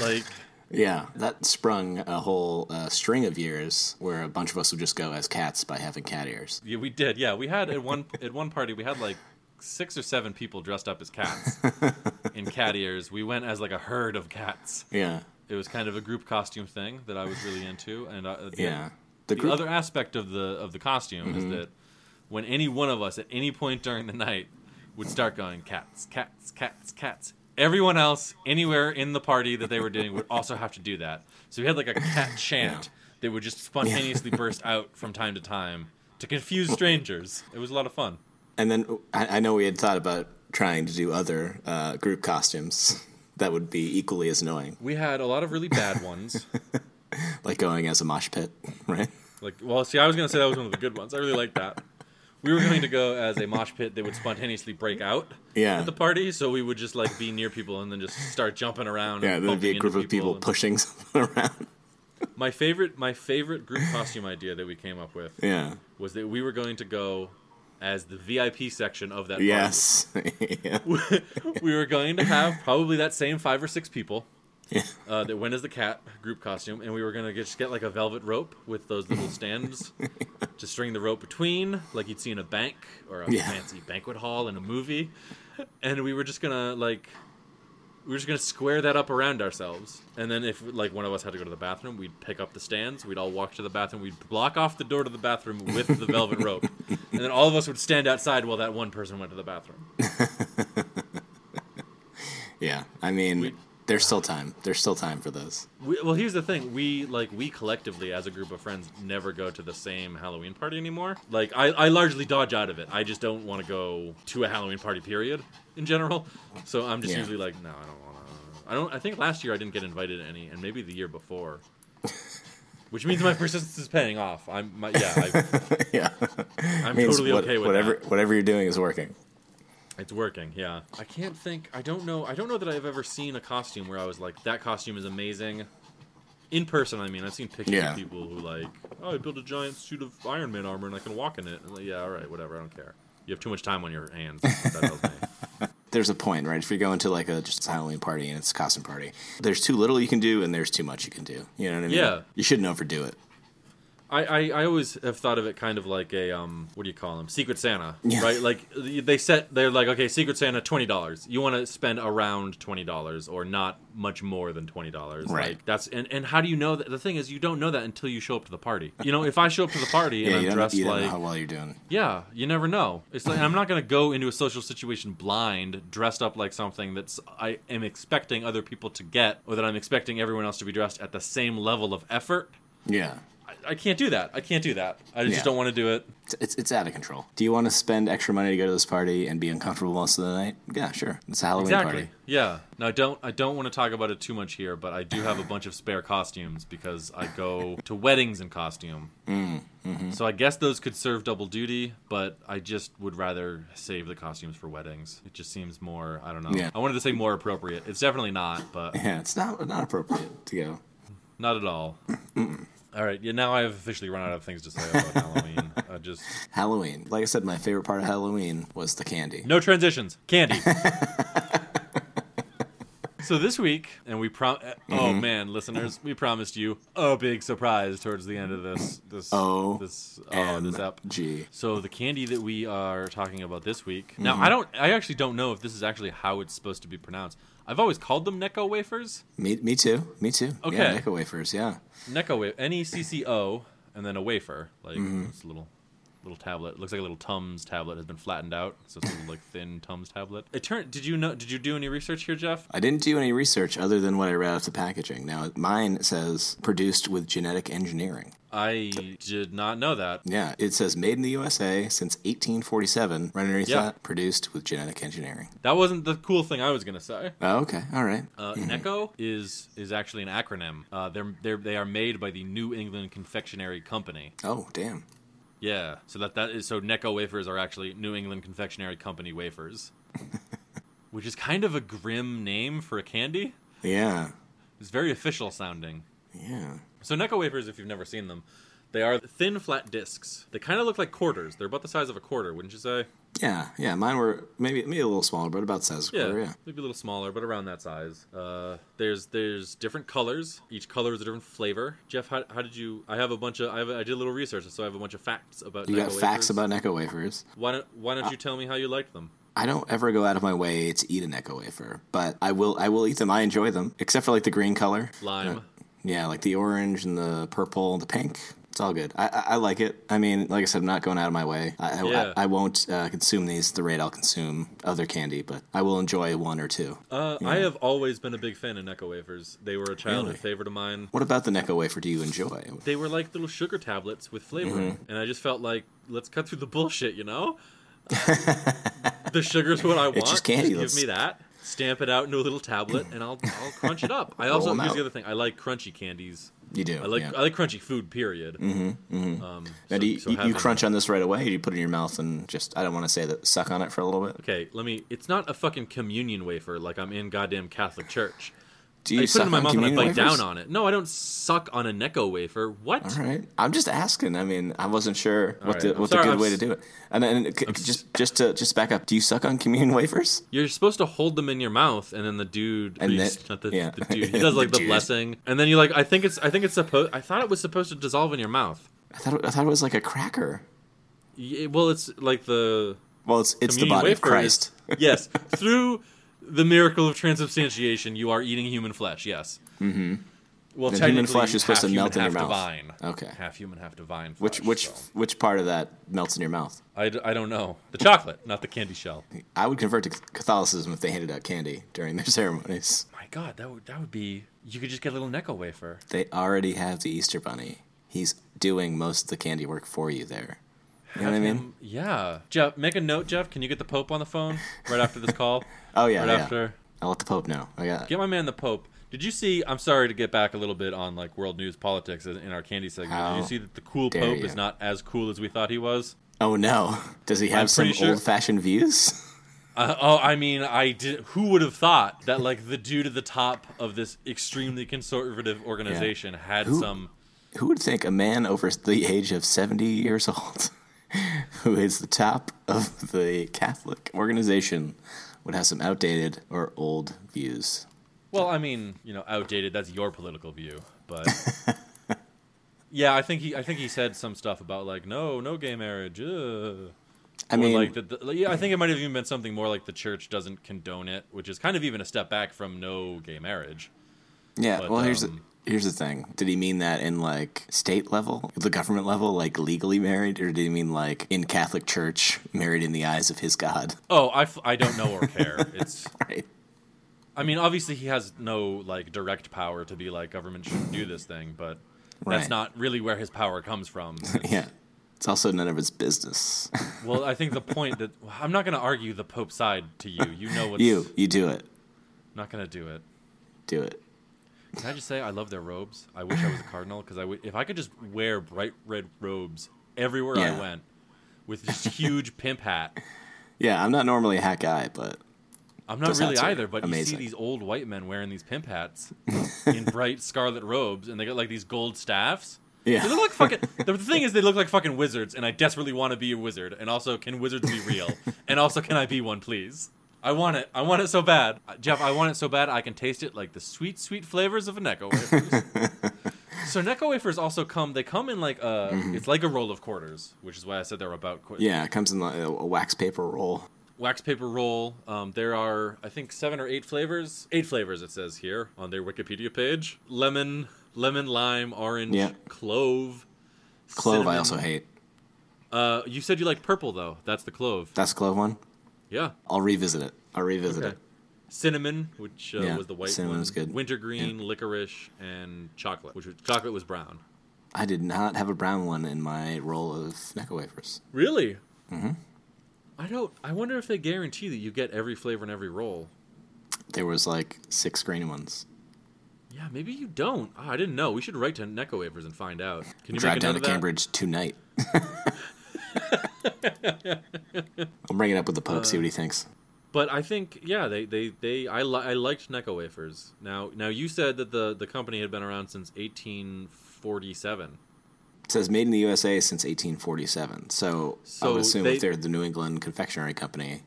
Speaker 1: Like,
Speaker 2: Yeah, that sprung a whole uh, string of years where a bunch of us would just go as cats by having cat ears.
Speaker 1: yeah, we did. Yeah, we had at one at one party we had like six or seven people dressed up as cats in cat ears. We went as like a herd of cats.
Speaker 2: Yeah,
Speaker 1: It was kind of a group costume thing that I was really into, and uh, the-
Speaker 2: yeah.
Speaker 1: the,
Speaker 2: group-
Speaker 1: other aspect of the of the costume is that when any one of us at any point during the night would start going cats, cats, cats, cats, everyone else anywhere in the party that they were doing would also have to do that. So we had like a cat chant that would just spontaneously burst out from time to time to confuse strangers. It was a lot of fun.
Speaker 2: and then I, I know we had thought about trying to do other uh, group costumes that would be equally as annoying,
Speaker 1: We had a lot of really bad ones.
Speaker 2: like going as a mosh pit, right?
Speaker 1: Like, well, see, I was gonna say that was one of the good ones. I really like that. We were going to go as a mosh pit that would spontaneously break out
Speaker 2: Yeah.
Speaker 1: at the party, so we would just like be near people and then just start jumping around.
Speaker 2: Yeah,
Speaker 1: and
Speaker 2: there'd be a
Speaker 1: bumping
Speaker 2: group
Speaker 1: into
Speaker 2: of people
Speaker 1: and-
Speaker 2: pushing someone around.
Speaker 1: My favorite, my favorite group costume idea that we came up with
Speaker 2: Yeah.
Speaker 1: was that we were going to go as the VIP section of that.
Speaker 2: Yes. yeah.
Speaker 1: party. we were going to have probably that same five or six people. Uh, that went as the cat group costume, and we were gonna get, just get like a velvet rope with those little stands to string the rope between, like you'd see in a bank or a
Speaker 2: Yeah.
Speaker 1: fancy banquet hall in a movie. And we were just gonna like We're just gonna square that up around ourselves, and then if like one of us had to go to the bathroom, we'd pick up the stands, we'd all walk to the bathroom, we'd block off the door to the bathroom with the velvet rope, and then all of us would stand outside while that one person went to the bathroom.
Speaker 2: Yeah, I mean, there's still time. There's still time for this.
Speaker 1: We, well, here's the thing: we like we collectively, as a group of friends, never go to the same Halloween party anymore. Like I, I largely dodge out of it. I just don't want to go to a Halloween party, period, in general. So I'm just
Speaker 2: Yeah.
Speaker 1: usually like, no, I don't want to. I don't. I think last year I didn't get invited to any, and maybe the year before. Which means my persistence is paying off. I'm, my, yeah, I,
Speaker 2: yeah,
Speaker 1: I'm
Speaker 2: Means
Speaker 1: totally
Speaker 2: what-
Speaker 1: okay with
Speaker 2: whatever
Speaker 1: that.
Speaker 2: whatever you're doing is working.
Speaker 1: It's working, yeah. I can't think. I don't know. I don't know that I've ever seen a costume where I was like, "That costume is amazing." In person, I mean, I've seen pictures
Speaker 2: Yeah.
Speaker 1: of people who like, "Oh, I built a giant suit of Iron Man armor and I can walk in it." And like, yeah, all right, whatever. I don't care. You have too much time on your hands. is what That tells me.
Speaker 2: There's a point, right? If you're going to like a just a Halloween party and it's a costume party, there's too little you can do and there's too much you can do. You know what I mean?
Speaker 1: Yeah.
Speaker 2: You shouldn't overdo it.
Speaker 1: I, I, I always have thought of it kind of like a um what do you call them Secret Santa
Speaker 2: Yeah.
Speaker 1: right like they set they're like okay Secret Santa twenty dollars you want to spend around twenty dollars or not much more than twenty dollars
Speaker 2: Right.
Speaker 1: like that's and, and how do you know that the thing is you don't know that until you show up to the party you know if I show up to the party
Speaker 2: Yeah,
Speaker 1: and
Speaker 2: you
Speaker 1: I'm
Speaker 2: don't,
Speaker 1: dressed
Speaker 2: you don't know
Speaker 1: like
Speaker 2: how well you're doing.
Speaker 1: yeah you never know it's like I'm not gonna go into a social situation blind dressed up like something that's I am expecting other people to get or that I'm expecting everyone else to be dressed at the same level of effort.
Speaker 2: Yeah.
Speaker 1: I can't do that. I can't do that. I just
Speaker 2: Yeah.
Speaker 1: don't want to do it.
Speaker 2: It's, it's, it's out of control. Do you want to spend extra money to go to this party and be uncomfortable most of the night? Yeah, sure. It's a Halloween
Speaker 1: Exactly.
Speaker 2: party.
Speaker 1: Yeah. Now, I don't I don't want to talk about it too much here, but I do have a bunch of spare costumes because I go to weddings in costume.
Speaker 2: Mm, mm-hmm.
Speaker 1: So I guess those could serve double duty, but I just would rather save the costumes for weddings. It just seems more. I don't know.
Speaker 2: Yeah.
Speaker 1: I wanted to say more appropriate. It's definitely not, but
Speaker 2: Yeah, it's not not appropriate to go.
Speaker 1: not at all. All right. Yeah. Now I've officially run out of things to say about Halloween. I just
Speaker 2: Halloween. Like I said, my favorite part of Halloween was the candy.
Speaker 1: No transitions. Candy. so this week, and we prom. uh, Oh
Speaker 2: Mm-hmm.
Speaker 1: man, listeners, we promised you a big surprise towards the end of this. This.
Speaker 2: O
Speaker 1: This. Oh, this app.
Speaker 2: G.
Speaker 1: So the candy that we are talking about this week. Now
Speaker 2: Mm-hmm.
Speaker 1: I don't. I actually don't know if this is actually how it's supposed to be pronounced. I've always called them Necco wafers.
Speaker 2: Me, me too. Me too. Yeah,
Speaker 1: Okay.
Speaker 2: Necco wafers. Yeah.
Speaker 1: Necco wafer. N e c c o, and then a wafer. Like it's a little. Little tablet looks like a little Tums tablet has been flattened out, so it's a little, like thin Tums tablet. It turned. Did you know? Did you do any research here, Jeff?
Speaker 2: I didn't do any research other than what I read off the packaging. Now, mine says produced with genetic engineering.
Speaker 1: I did not know that.
Speaker 2: Yeah, it says made in the USA since 1847. Right underneath
Speaker 1: Yeah.
Speaker 2: that, produced with genetic engineering.
Speaker 1: That wasn't the cool thing I was gonna say.
Speaker 2: Oh, okay. All right.
Speaker 1: Uh, NECO is is actually an acronym. Uh, they're they're they are made by the New England Confectionery Company.
Speaker 2: Oh, damn.
Speaker 1: Yeah, so that that is so NECO wafers are actually New England Confectionery Company wafers, which is kind of a grim name for a candy.
Speaker 2: Yeah.
Speaker 1: It's very official sounding.
Speaker 2: Yeah.
Speaker 1: So Necco wafers, if you've never seen them, they are thin flat discs. They kind of look like quarters. They're about the size of a quarter, wouldn't you say?
Speaker 2: Yeah, yeah. Mine were maybe maybe a little smaller, but about size
Speaker 1: Yeah,
Speaker 2: quarter. Oh, Yeah.
Speaker 1: maybe a little smaller, but around that size. Uh, there's there's different colors. Each color is a different flavor. Jeff, how, how did you? I have a bunch of I, have, I did a little research, so I have a bunch of facts about.
Speaker 2: You got
Speaker 1: Necco wafers.
Speaker 2: facts about Ah. Necco wafers.
Speaker 1: Why don't Why don't you tell me how you liked them?
Speaker 2: I don't ever go out of my way to eat a Necco wafer, but I will I will eat them. I enjoy them, except for like the green color,
Speaker 1: Lime.
Speaker 2: Uh, yeah, like the orange and the purple, and the pink. It's all good. I, I, I like it. I mean, like I said, I'm not going out of my way. I, I,
Speaker 1: Yeah.
Speaker 2: I, I won't uh, consume these at the rate I'll consume other candy, but I will enjoy one or two.
Speaker 1: Uh, I have always been a big fan of Necco wafers. They were a childhood
Speaker 2: Really?
Speaker 1: favorite of mine.
Speaker 2: What about the Necco wafer? Do you enjoy?
Speaker 1: They were like little sugar tablets with flavoring,
Speaker 2: Mm-hmm.
Speaker 1: and I just felt like let's cut through the bullshit, you know. the sugar's what I want.
Speaker 2: just candy.
Speaker 1: give
Speaker 2: Let's-
Speaker 1: me that. Stamp it out into a little tablet, and I'll I'll crunch it up. I also
Speaker 2: 'em
Speaker 1: here's
Speaker 2: out.
Speaker 1: the other thing. I like crunchy candies.
Speaker 2: You do.
Speaker 1: I like
Speaker 2: yeah.
Speaker 1: I like crunchy food. Period. Mm-hmm, Um,
Speaker 2: now,
Speaker 1: so-
Speaker 2: do you,
Speaker 1: so
Speaker 2: you- you
Speaker 1: having-
Speaker 2: crunch on this right away? Or do you put it in your mouth and just? I don't want to say that. Suck on it for a little bit.
Speaker 1: Okay, let me. It's not a fucking communion wafer like I'm in goddamn Catholic church. I
Speaker 2: Do you
Speaker 1: put it
Speaker 2: suck
Speaker 1: in my
Speaker 2: on
Speaker 1: mouth and I
Speaker 2: communion
Speaker 1: bite
Speaker 2: wafers?
Speaker 1: down on it. No, I don't suck on a Necco wafer. What?
Speaker 2: All right. I'm just asking. I mean, I wasn't sure what
Speaker 1: right.
Speaker 2: the
Speaker 1: I'm
Speaker 2: what
Speaker 1: sorry,
Speaker 2: the good
Speaker 1: I'm
Speaker 2: way to
Speaker 1: s-
Speaker 2: do it. And, and c- just just to just back up. Do you suck on communion wafers?
Speaker 1: You're supposed to hold them in your mouth, and then the dude,
Speaker 2: And
Speaker 1: or he's-
Speaker 2: that-
Speaker 1: not the,
Speaker 2: yeah.
Speaker 1: the dude, he does like
Speaker 2: The
Speaker 1: the,
Speaker 2: dude.
Speaker 1: blessing, and then you like. I think it's. I think it's supposed. I thought it was supposed to dissolve in your mouth.
Speaker 2: I thought it, I thought it was like a cracker.
Speaker 1: Y- well, it's like the
Speaker 2: Well, it's it's the
Speaker 1: communion
Speaker 2: body of
Speaker 1: wafer
Speaker 2: Christ.
Speaker 1: Is, yes, through the miracle of transubstantiation. You are eating human flesh. Yes. Mm-hmm. Well,
Speaker 2: And
Speaker 1: technically,
Speaker 2: human flesh is supposed
Speaker 1: half
Speaker 2: to melt
Speaker 1: human,
Speaker 2: in your
Speaker 1: half
Speaker 2: mouth.
Speaker 1: divine.
Speaker 2: Okay.
Speaker 1: Half human, half divine.
Speaker 2: Which
Speaker 1: flesh,
Speaker 2: which
Speaker 1: so.
Speaker 2: which part of that melts in your mouth?
Speaker 1: I, d- I don't know. The chocolate, not the candy shell.
Speaker 2: I would convert to Catholicism if they handed out candy during their ceremonies.
Speaker 1: My God, that would that would be. You could just get a little Necco wafer.
Speaker 2: They already have the Easter Bunny. He's doing most of the candy work for you there. You know what I
Speaker 1: Have
Speaker 2: mean?
Speaker 1: him- yeah, Jeff. Make a note, Jeff. Can you get the Pope on the phone right after this call?
Speaker 2: Oh yeah,
Speaker 1: Right
Speaker 2: yeah.
Speaker 1: after.
Speaker 2: I'll let the Pope know. I got.
Speaker 1: Get my man the Pope. Did you see? I'm sorry to get back a little bit on like world news politics in in our candy segment. Did
Speaker 2: How
Speaker 1: you see that the cool
Speaker 2: dare
Speaker 1: Pope
Speaker 2: you.
Speaker 1: is not as cool as we thought he was?
Speaker 2: Oh no, does he have some
Speaker 1: pretty sure-
Speaker 2: old-fashioned views?
Speaker 1: Uh, oh, I mean, I did. Who would have thought that like the dude at the top of this extremely conservative organization had
Speaker 2: Who-
Speaker 1: some?
Speaker 2: Who would think a man over the age of 70 years old, who is the top of the Catholic organization, would have some outdated or old views?
Speaker 1: Well, I mean, you know, outdated. That's your political view, but yeah, I think he. I think he said some stuff about like no, no gay marriage. Uh.
Speaker 2: I
Speaker 1: Or
Speaker 2: mean,
Speaker 1: like the, the, yeah, I think it might have even been something more like the church doesn't condone it, which is kind of even a step back from no gay marriage.
Speaker 2: yeah.
Speaker 1: but,
Speaker 2: well, here's
Speaker 1: um,
Speaker 2: the, here's the thing. Did he mean that in like state level, the government level, like legally married, or did he mean like in Catholic Church, married in the eyes of his God?
Speaker 1: Oh, I, f- I don't know or care. It's
Speaker 2: Right.
Speaker 1: I mean, obviously he has no like direct power to be like government shouldn't do this thing, but
Speaker 2: Right.
Speaker 1: that's not really where his power comes from.
Speaker 2: Yeah. It's also none of his business.
Speaker 1: well, I think the point that I'm not going to argue the pope's side to you. You know what's
Speaker 2: you, you do it.
Speaker 1: not going to do it.
Speaker 2: Do it.
Speaker 1: Can I just say I love their robes? I wish I was a cardinal because I would if I could just wear bright red robes everywhere
Speaker 2: Yeah.
Speaker 1: I went with this huge pimp hat.
Speaker 2: Yeah, I'm not normally a hat guy, but
Speaker 1: I'm not
Speaker 2: Those
Speaker 1: really
Speaker 2: hats are
Speaker 1: either, but
Speaker 2: amazing.
Speaker 1: you see these old white men wearing these pimp hats in bright scarlet robes, and they got like these gold staffs.
Speaker 2: Yeah.
Speaker 1: They look like fucking. the thing is, they look like fucking wizards, and I desperately want to be a wizard. And also, can wizards be real? and also, can I be one, please? I want it. I want it so bad, Uh, Jeff. I want it so bad. I can taste it like the sweet, sweet flavors of a Necco wafers. so Necco wafers also come. They come in like a.
Speaker 2: Mm-hmm.
Speaker 1: It's like a roll of quarters, which is why I said they're about. Qu-
Speaker 2: yeah, it comes in like a wax paper roll.
Speaker 1: wax paper roll. Um, there are, I think, seven or eight flavors. Eight flavors, it says here on their Wikipedia page: lemon, lemon, lime, orange,
Speaker 2: Yeah.
Speaker 1: clove.
Speaker 2: Clove, I
Speaker 1: cinnamon.
Speaker 2: also hate.
Speaker 1: Uh, you said you like purple though. That's the clove.
Speaker 2: That's the clove one.
Speaker 1: Yeah.
Speaker 2: I'll revisit it. I'll revisit
Speaker 1: Okay.
Speaker 2: it.
Speaker 1: Cinnamon, which uh,
Speaker 2: Yeah,
Speaker 1: was the white
Speaker 2: cinnamon
Speaker 1: one.
Speaker 2: was good.
Speaker 1: Wintergreen, licorice, and chocolate. Which was, chocolate was brown.
Speaker 2: I did not have a brown one in my roll of Necco wafers.
Speaker 1: Really? Mm-hmm. I don't. I wonder if they guarantee that you get every flavor in every roll.
Speaker 2: There was like six green ones.
Speaker 1: Yeah, maybe you don't. Ah, I didn't know. We should write to Necco Wavers and find out. Can you
Speaker 2: Drive
Speaker 1: make a
Speaker 2: down
Speaker 1: note
Speaker 2: to
Speaker 1: of that?
Speaker 2: Cambridge tonight. I'll bring it up with the Pope, see
Speaker 1: Uh.
Speaker 2: what he thinks.
Speaker 1: But I think yeah, they they, they I, li- I liked Necco wafers. Now now you said that the the company had been around since 1847.
Speaker 2: It says made in the USA since 1847. So, I
Speaker 1: So
Speaker 2: would assume
Speaker 1: they-
Speaker 2: if they're the New England Confectionery Company,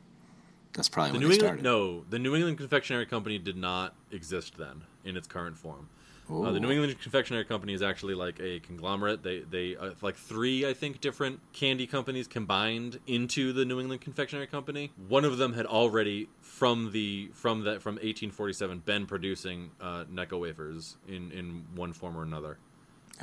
Speaker 2: that's probably
Speaker 1: The
Speaker 2: when
Speaker 1: New
Speaker 2: they
Speaker 1: England
Speaker 2: started.
Speaker 1: no, the New England Confectionery Company did not exist then in its current form. Uh, the
Speaker 2: Ooh.
Speaker 1: New England Confectionery Company is actually like a conglomerate. They they uh, like three I think different candy companies combined into the New England Confectionery Company. One of them had already from the from that from 1847 been producing uh, Necco wafers in in one form or another.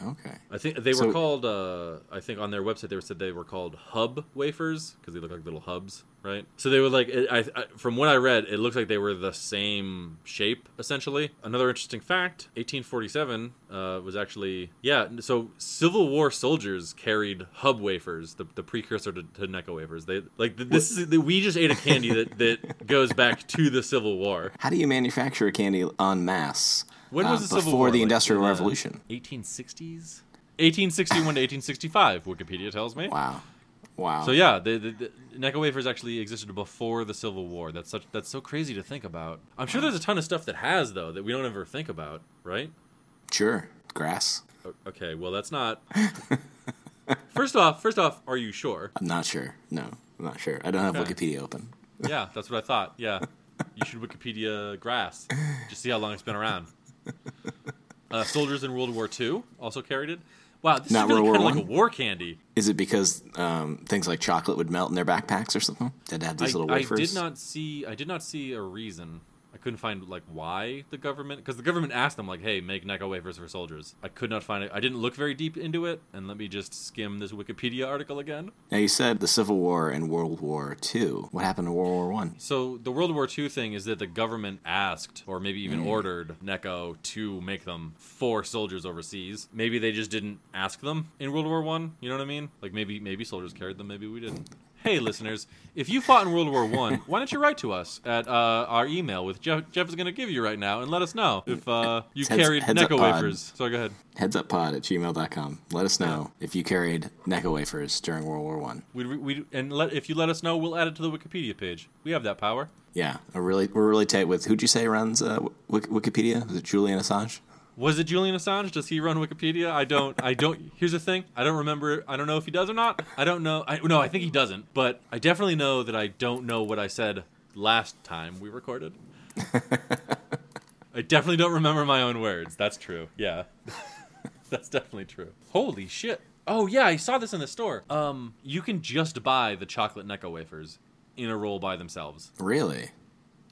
Speaker 2: Okay.
Speaker 1: I think they
Speaker 2: So-
Speaker 1: were called. Uh, I think on their website they were said they were called hub wafers because they look like little hubs, right? So they were like, it, I, I, from what I read, it looks like they were the same shape essentially. Another interesting fact: 1847 uh, was actually yeah. So Civil War soldiers carried hub wafers, the, the precursor to, to Necco wafers. They like th- this is we just ate a candy that that goes back to the Civil War.
Speaker 2: How do you manufacture a candy en masse?
Speaker 1: When
Speaker 2: uh,
Speaker 1: was the Civil
Speaker 2: before
Speaker 1: War?
Speaker 2: the
Speaker 1: Like, Uh,
Speaker 2: Industrial
Speaker 1: in the
Speaker 2: Revolution?
Speaker 1: 1860s. 1861 to 1865, Wikipedia tells me.
Speaker 2: Wow. Wow.
Speaker 1: So yeah, the, the, the Necco wafers actually existed before the Civil War. That's such that's so crazy to think about. I'm sure there's a ton of stuff that has though that we don't ever think about, right?
Speaker 2: Sure. Grass.
Speaker 1: O- Okay, well that's not. first off, first off, are you sure?
Speaker 2: I'm not sure. No, I'm not sure. I don't have
Speaker 1: Okay.
Speaker 2: Wikipedia open.
Speaker 1: Yeah, that's what I thought. Yeah, you should Wikipedia grass. Just see how long it's been around. Uh, soldiers in World War II also carried it. Wow, this
Speaker 2: Not
Speaker 1: is really
Speaker 2: World War
Speaker 1: kind of like a
Speaker 2: One?
Speaker 1: war candy.
Speaker 2: Is it because um, things like chocolate would melt in their backpacks or something? They'd have these
Speaker 1: I,
Speaker 2: little
Speaker 1: I
Speaker 2: wafers.
Speaker 1: did not see. I did not see a reason. couldn't find like why the government because the government asked them like, "Hey, make Necco wafers for soldiers." I could not find it. I didn't look very deep into it, and let me just skim this Wikipedia article again.
Speaker 2: Now you said the Civil War and World War II. What happened to World War One?
Speaker 1: So the World War II thing is that the government asked, or maybe
Speaker 2: Mm.
Speaker 1: even ordered, Necco to make them for soldiers overseas. Maybe they just didn't ask them in World War One. You know what I mean? Like maybe maybe soldiers carried them, maybe we didn't. Hey, listeners, if you fought in World War One, why don't you write to us at uh, our email, which Jeff, Jeff is going to give you right now, and let us know if uh, you
Speaker 2: Heads-
Speaker 1: carried
Speaker 2: heads up
Speaker 1: Necco
Speaker 2: pod.
Speaker 1: wafers. Sorry, go ahead.
Speaker 2: Headsuppod at gmail.com. Let us know if you carried Necco wafers during World War One.
Speaker 1: We we and let, if you let us know, we'll add it to the Wikipedia page. We have that power.
Speaker 2: Yeah, we're really we're really tight with who'd you say runs uh, Wik- Wikipedia? Is it Julian Assange?
Speaker 1: Was it Julian Assange? Does he run Wikipedia? I don't. I don't. Here's the thing. I don't remember. I don't know if he does or not. I don't know. I no. I think he doesn't. But I definitely know that I don't know what I said last time we recorded. I definitely don't remember my own words. That's true. Yeah. That's definitely true. Holy shit. Oh yeah, I saw this in the store. Um, you can just buy the chocolate Necco wafers in a roll by themselves.
Speaker 2: Really?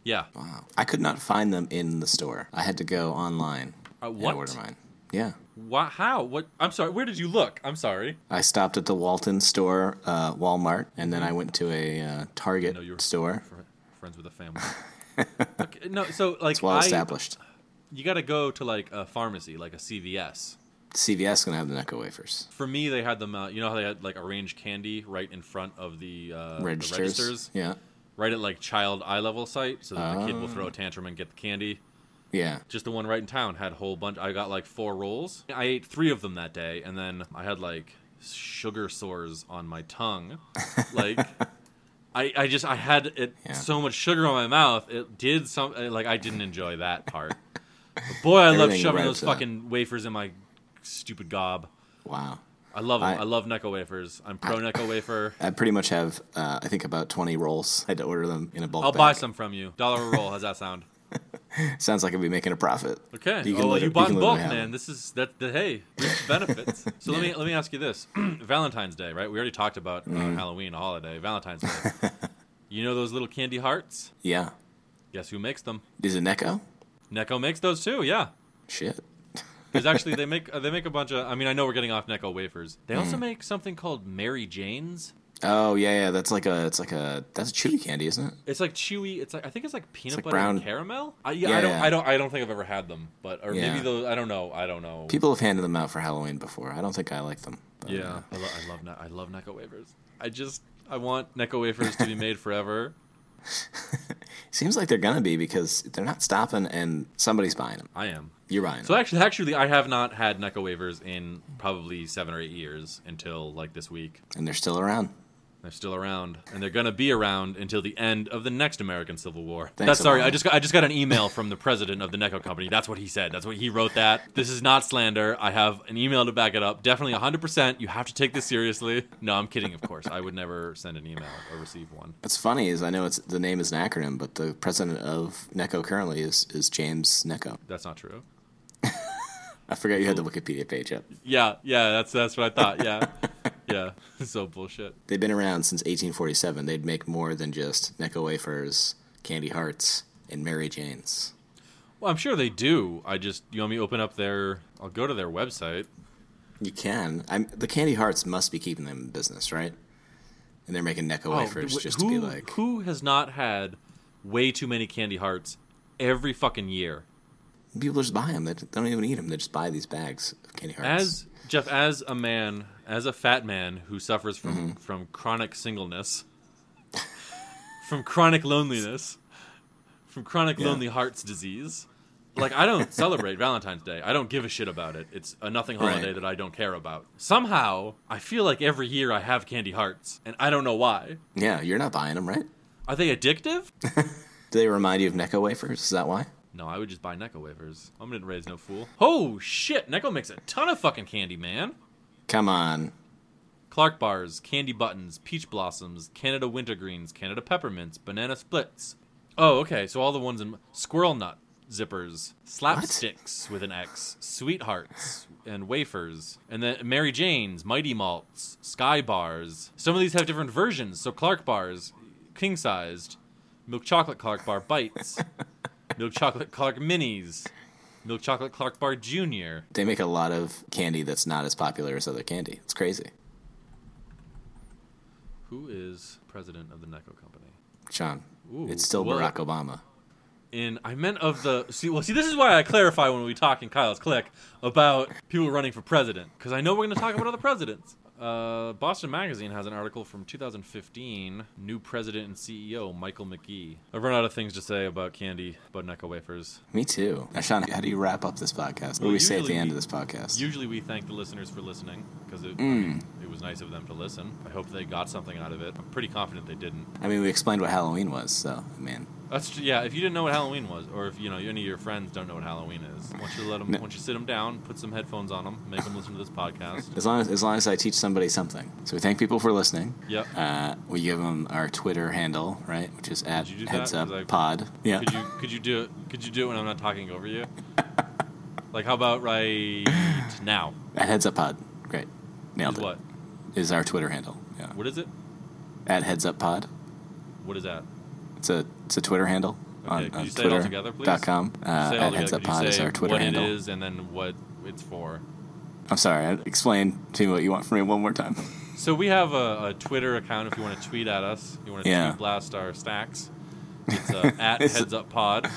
Speaker 1: Yeah.
Speaker 2: Wow. I could not find them in the store. I had to go online.
Speaker 1: Uh,
Speaker 2: and
Speaker 1: what?
Speaker 2: order mine. Yeah.
Speaker 1: Why, how? What? I'm sorry. Where did you look? I'm sorry.
Speaker 2: I stopped at the Walton store, uh, Walmart, and then I went to a uh, Target
Speaker 1: No, you're
Speaker 2: store.
Speaker 1: fr- friends with a family. Okay, no, so like
Speaker 2: It's well
Speaker 1: I-
Speaker 2: established.
Speaker 1: you got to go to like a pharmacy, like a CVS.
Speaker 2: CVS gonna have the Necco wafers.
Speaker 1: For me, they had them. Uh, you know how they had like arranged candy right in front of the, uh, the
Speaker 2: registers.
Speaker 1: registers,
Speaker 2: Yeah. Oh.
Speaker 1: right at like child eye level sight, so that the kid will throw a tantrum and get the candy.
Speaker 2: Yeah.
Speaker 1: Just the one right in town had a whole bunch. I got like four rolls. I ate three of them that day, and then I had like sugar sores on my tongue. Like, I, I just I had it
Speaker 2: Yeah.
Speaker 1: so much sugar on my mouth. It did some uh, like I didn't enjoy that part. But boy, I love
Speaker 2: Everything
Speaker 1: shoving
Speaker 2: revs
Speaker 1: those
Speaker 2: up.
Speaker 1: fucking wafers in my stupid gob.
Speaker 2: Wow.
Speaker 1: I love 'em.
Speaker 2: I-
Speaker 1: I, love Necco wafers. I'm pro Necco wafer.
Speaker 2: I pretty much have, uh, I think, about 20 rolls. I had to order them in a bulk.
Speaker 1: I'll buy
Speaker 2: bag.
Speaker 1: some from you. Dollar a roll. How's that sound?
Speaker 2: Sounds like I'd be making a profit.
Speaker 1: Okay.
Speaker 2: You can
Speaker 1: oh, well,
Speaker 2: liter-
Speaker 1: you
Speaker 2: you
Speaker 1: bought
Speaker 2: can
Speaker 1: in
Speaker 2: literally
Speaker 1: bulk,
Speaker 2: have
Speaker 1: man.
Speaker 2: it.
Speaker 1: This is that. The, hey, reap the benefits. So let me let me ask you this: Valentine's Day, right? We already talked about uh,
Speaker 2: Mm-hmm.
Speaker 1: Halloween, a holiday. Valentine's Day. you know those little candy hearts?
Speaker 2: Yeah.
Speaker 1: Guess who makes them?
Speaker 2: Is it Necco?
Speaker 1: Necco makes those too. Yeah.
Speaker 2: Shit.
Speaker 1: There's actually they make uh, they make a bunch of. I mean, I know we're getting off Necco wafers.
Speaker 2: Mm.
Speaker 1: They also make something called Mary Jane's.
Speaker 2: Oh yeah, yeah. That's like a, it's like a, that's a chewy candy, isn't it?
Speaker 1: It's like chewy. It's like I think it's like peanut
Speaker 2: like
Speaker 1: butter and
Speaker 2: brown-
Speaker 1: caramel. I, yeah,
Speaker 2: Yeah,
Speaker 1: I don't.
Speaker 2: yeah.
Speaker 1: I don't. I don't think I've ever had them, but or
Speaker 2: Yeah.
Speaker 1: maybe those. I don't know. I don't know.
Speaker 2: People have handed them out for Halloween before. I don't think I like them. but,
Speaker 1: Yeah,
Speaker 2: uh,
Speaker 1: I, lo- I love ne- I love Necco wafers. I just I want Necco wafers to be made forever.
Speaker 2: seems like they're gonna be because they're not stopping, and somebody's buying them.
Speaker 1: I am.
Speaker 2: You're buying
Speaker 1: So
Speaker 2: them.
Speaker 1: actually, actually, I have not had Necco wafers in probably seven or eight years until like this week.
Speaker 2: and they're still around.
Speaker 1: They're still around, and they're gonna be around until the end of the next American Civil War.
Speaker 2: Thanks,
Speaker 1: That's sorry.
Speaker 2: Obama.
Speaker 1: I just got, I just got an email from the president of the Necco company. That's what he said. That's what he wrote. That this is not slander. I have an email to back it up. Definitely 100. percent You have to take this seriously. No, I'm kidding. Of course, I would never send an email or receive one.
Speaker 2: What's funny is I know it's the name is an acronym, but the president of Necco currently is is James Necco.
Speaker 1: That's not true.
Speaker 2: I forgot you had the Wikipedia page up.
Speaker 1: Yeah, yeah, that's that's what I thought. Yeah, yeah, so bullshit.
Speaker 2: They've been around since 1847. They'd make more than just Necco wafers, candy hearts, and Mary Janes.
Speaker 1: Well, I'm sure they do. I just you want me to open up their? I'll go to their website.
Speaker 2: You can. I'm, the candy hearts must be keeping them in business, right? And they're making Necco wafers
Speaker 1: Oh, wh-
Speaker 2: just
Speaker 1: who,
Speaker 2: to be like,
Speaker 1: who has not had way too many candy hearts every fucking year?
Speaker 2: people just buy them. They don't even eat them. They just buy these bags of candy hearts.
Speaker 1: As Jeff, as a man, as a fat man who suffers from
Speaker 2: Mm-hmm.
Speaker 1: from chronic singleness, from chronic loneliness, from chronic
Speaker 2: Yeah.
Speaker 1: lonely hearts disease. Like I don't celebrate Valentine's Day. I don't give a shit about it. It's a nothing holiday
Speaker 2: Right.
Speaker 1: that I don't care about. Somehow, I feel like every year I have candy hearts, and I don't know why.
Speaker 2: yeah, you're not buying them, right?
Speaker 1: Are they addictive?
Speaker 2: Do they remind you of Necco wafers? Is that why?
Speaker 1: No, I would just buy Necco wafers. I'm gonna raise no fool. Oh shit, Necco makes a ton of fucking candy, man.
Speaker 2: Come on.
Speaker 1: Clark bars, candy buttons, peach blossoms, Canada wintergreens, Canada peppermints, banana splits. Oh, okay. So all the ones in squirrel nut zippers, slapsticks with an X, sweethearts and wafers, and then Mary Jane's, Mighty Malts, Sky bars. Some of these have different versions. So Clark bars, king sized, milk chocolate Clark bar bites. Milk Chocolate Clark Minis, Milk Chocolate Clark Bar Jr.
Speaker 2: They make a lot of candy that's not as popular as other candy. It's crazy.
Speaker 1: Who is president of the Necco Company?
Speaker 2: Sean,
Speaker 1: Ooh,
Speaker 2: it's still
Speaker 1: well-
Speaker 2: Barack Obama.
Speaker 1: in I meant of the see well see this is why I clarify when we talk in Kyle's click about people running for president because I know we're going to talk about other presidents. Uh, Boston Magazine has an article from 2015, new president and CEO Michael McGee. I've run out of things to say about candy, about Necco wafers.
Speaker 2: Me too. Now, Sean, how do you wrap up this podcast? What do
Speaker 1: Well,
Speaker 2: we say at the
Speaker 1: usually
Speaker 2: end
Speaker 1: we-
Speaker 2: of this podcast?
Speaker 1: Usually we thank the listeners for listening because it, I mean, it was nice of them to listen. I hope they got something out of it. I'm pretty confident they didn't.
Speaker 2: I mean, we explained what Halloween was, so, I mean,
Speaker 1: That's tr- yeah. If you didn't know what Halloween was, or if you know any of your friends don't know what Halloween is, once you let them,
Speaker 2: No.
Speaker 1: once you sit them down, put some headphones on them, make them listen to this podcast.
Speaker 2: as long as, as long as I teach somebody something. So we thank people for listening.
Speaker 1: Yep.
Speaker 2: Uh, we give them our Twitter handle, right? Which is at
Speaker 1: you do that?
Speaker 2: heads up
Speaker 1: 'Cause I-
Speaker 2: pod. Yeah.
Speaker 1: Could you could you do it? Could you do it when I'm not talking over you? Like how about right now?
Speaker 2: At heads up pod. Great. Nailed
Speaker 1: Is
Speaker 2: it.
Speaker 1: what?
Speaker 2: Is our Twitter handle. Yeah.
Speaker 1: What is it?
Speaker 2: At heads up pod.
Speaker 1: What is that?
Speaker 2: It's a it's a Twitter handle
Speaker 1: Okay,
Speaker 2: on,
Speaker 1: could
Speaker 2: on
Speaker 1: you say it all
Speaker 2: Twitter
Speaker 1: together, please?
Speaker 2: dot com. Uh,
Speaker 1: say it
Speaker 2: at
Speaker 1: all
Speaker 2: heads
Speaker 1: together.
Speaker 2: up
Speaker 1: Could you
Speaker 2: pod is
Speaker 1: say
Speaker 2: our Twitter
Speaker 1: what
Speaker 2: handle.
Speaker 1: it is and then what it's for?
Speaker 2: I'm sorry. I- Explain to me what you want from me one more time.
Speaker 1: So we have a, a Twitter account. If you want to tweet at us, you want to
Speaker 2: Yeah.
Speaker 1: tweet blast our stacks. It's uh, at
Speaker 2: It's-
Speaker 1: Heads Up Pod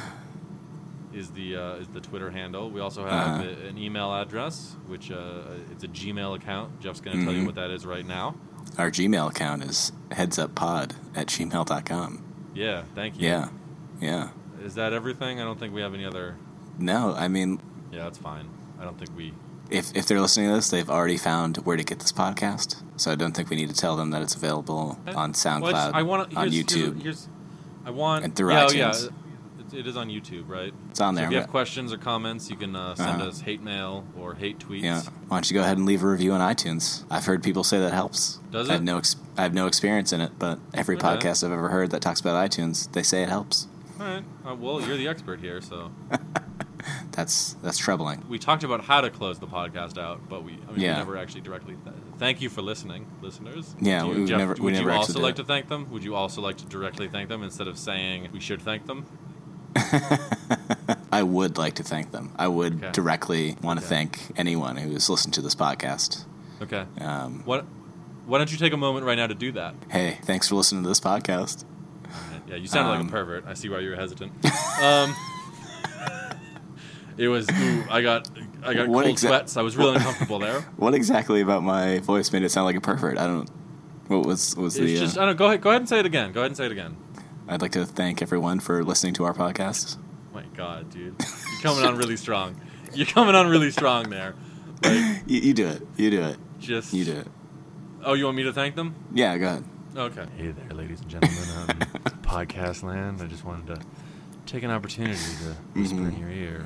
Speaker 1: is the uh, is the Twitter handle. We also have
Speaker 2: Uh-huh.
Speaker 1: a- an email address, which uh, it's a Gmail account. Jeff's going to
Speaker 2: Mm-hmm.
Speaker 1: tell you what that is right now.
Speaker 2: Our Gmail account is headsuppod at gmail.com.
Speaker 1: Yeah, thank you.
Speaker 2: Yeah. Yeah.
Speaker 1: Is that everything? I don't think we have any other.
Speaker 2: No, I mean,
Speaker 1: Yeah, that's fine. I don't think we.
Speaker 2: if, if they're listening to this, they've already found where to get this podcast. So I don't think we need to tell them that it's available on
Speaker 1: eh.
Speaker 2: SoundCloud,
Speaker 1: Well, I just- I wanna-
Speaker 2: on
Speaker 1: here's- here's-
Speaker 2: YouTube.
Speaker 1: Here's, I want.
Speaker 2: And through
Speaker 1: yeah, oh,
Speaker 2: iTunes.
Speaker 1: yeah. It, it is on YouTube, right?
Speaker 2: It's on
Speaker 1: So
Speaker 2: there,
Speaker 1: if you have
Speaker 2: but-
Speaker 1: questions or comments, you can uh, send
Speaker 2: Uh-huh.
Speaker 1: us hate mail or hate tweets.
Speaker 2: yeah. Why don't you go ahead and leave a review on iTunes? I've heard people say that helps.
Speaker 1: Does
Speaker 2: I have
Speaker 1: it?
Speaker 2: no ex- I have no experience in it, but every
Speaker 1: Okay.
Speaker 2: podcast I've ever heard that talks about iTunes, they say it helps.
Speaker 1: All right. Uh, well, you're the expert here, so
Speaker 2: That's that's troubling.
Speaker 1: we talked about how to close the podcast out, but we, I mean, we
Speaker 2: Yeah.
Speaker 1: never actually directly. Th- thank you for listening, listeners.
Speaker 2: Yeah,
Speaker 1: Do you,
Speaker 2: we- we
Speaker 1: Jeff,
Speaker 2: never- we
Speaker 1: Would
Speaker 2: never
Speaker 1: you
Speaker 2: actually
Speaker 1: also
Speaker 2: did
Speaker 1: like
Speaker 2: it.
Speaker 1: to thank them? Would you also like to directly thank them instead of saying we should thank them?
Speaker 2: I would like to thank them. I would
Speaker 1: Okay.
Speaker 2: directly want to
Speaker 1: Okay.
Speaker 2: thank anyone who's listened to this podcast.
Speaker 1: Okay.
Speaker 2: Um,
Speaker 1: What? Why don't you take a moment right now to do that?
Speaker 2: hey, thanks for listening to this podcast.
Speaker 1: Yeah, you sounded like
Speaker 2: Um,
Speaker 1: a pervert. I see why you were hesitant. um, it was. Ooh, I got. I got
Speaker 2: What
Speaker 1: cold
Speaker 2: exa-
Speaker 1: sweats. I was really uncomfortable there.
Speaker 2: What exactly about my voice made it sound like a pervert? I don't. What was was
Speaker 1: It's
Speaker 2: the?
Speaker 1: just.
Speaker 2: uh,
Speaker 1: I don't. Go ahead. Go ahead and say it again. Go ahead and say it again.
Speaker 2: I'd like to thank everyone for listening to our podcast.
Speaker 1: My God, dude, you're coming on really strong. You're coming on really strong there. Like,
Speaker 2: You, you do it. You do it.
Speaker 1: just
Speaker 2: You do it.
Speaker 1: Oh, you want me to thank them?
Speaker 2: Yeah, go ahead.
Speaker 1: Okay. Hey there, ladies and gentlemen, on podcast land. I just wanted to take an opportunity to whisper in
Speaker 2: Mm-hmm.
Speaker 1: your ear,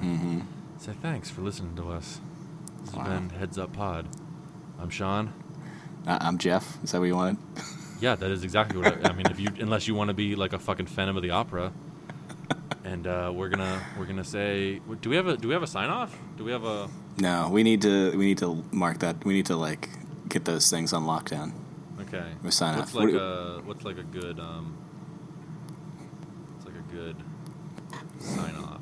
Speaker 1: say thanks for listening to us. This has
Speaker 2: Wow.
Speaker 1: been Heads Up Pod. I'm Sean.
Speaker 2: I, I'm Jeff. Is that what you wanted?
Speaker 1: Yeah, that is exactly what I, I mean. If you, unless you want to be like a fucking Phantom of the Opera, and uh, we're gonna we're gonna say, do we have a do we have a sign off? Do we have a
Speaker 2: No, we need to. We need to mark that. We need to like get those things on lockdown.
Speaker 1: okay?
Speaker 2: We sign
Speaker 1: what's
Speaker 2: off.
Speaker 1: like
Speaker 2: What do-
Speaker 1: a what's like a good um, what's like a good sign off?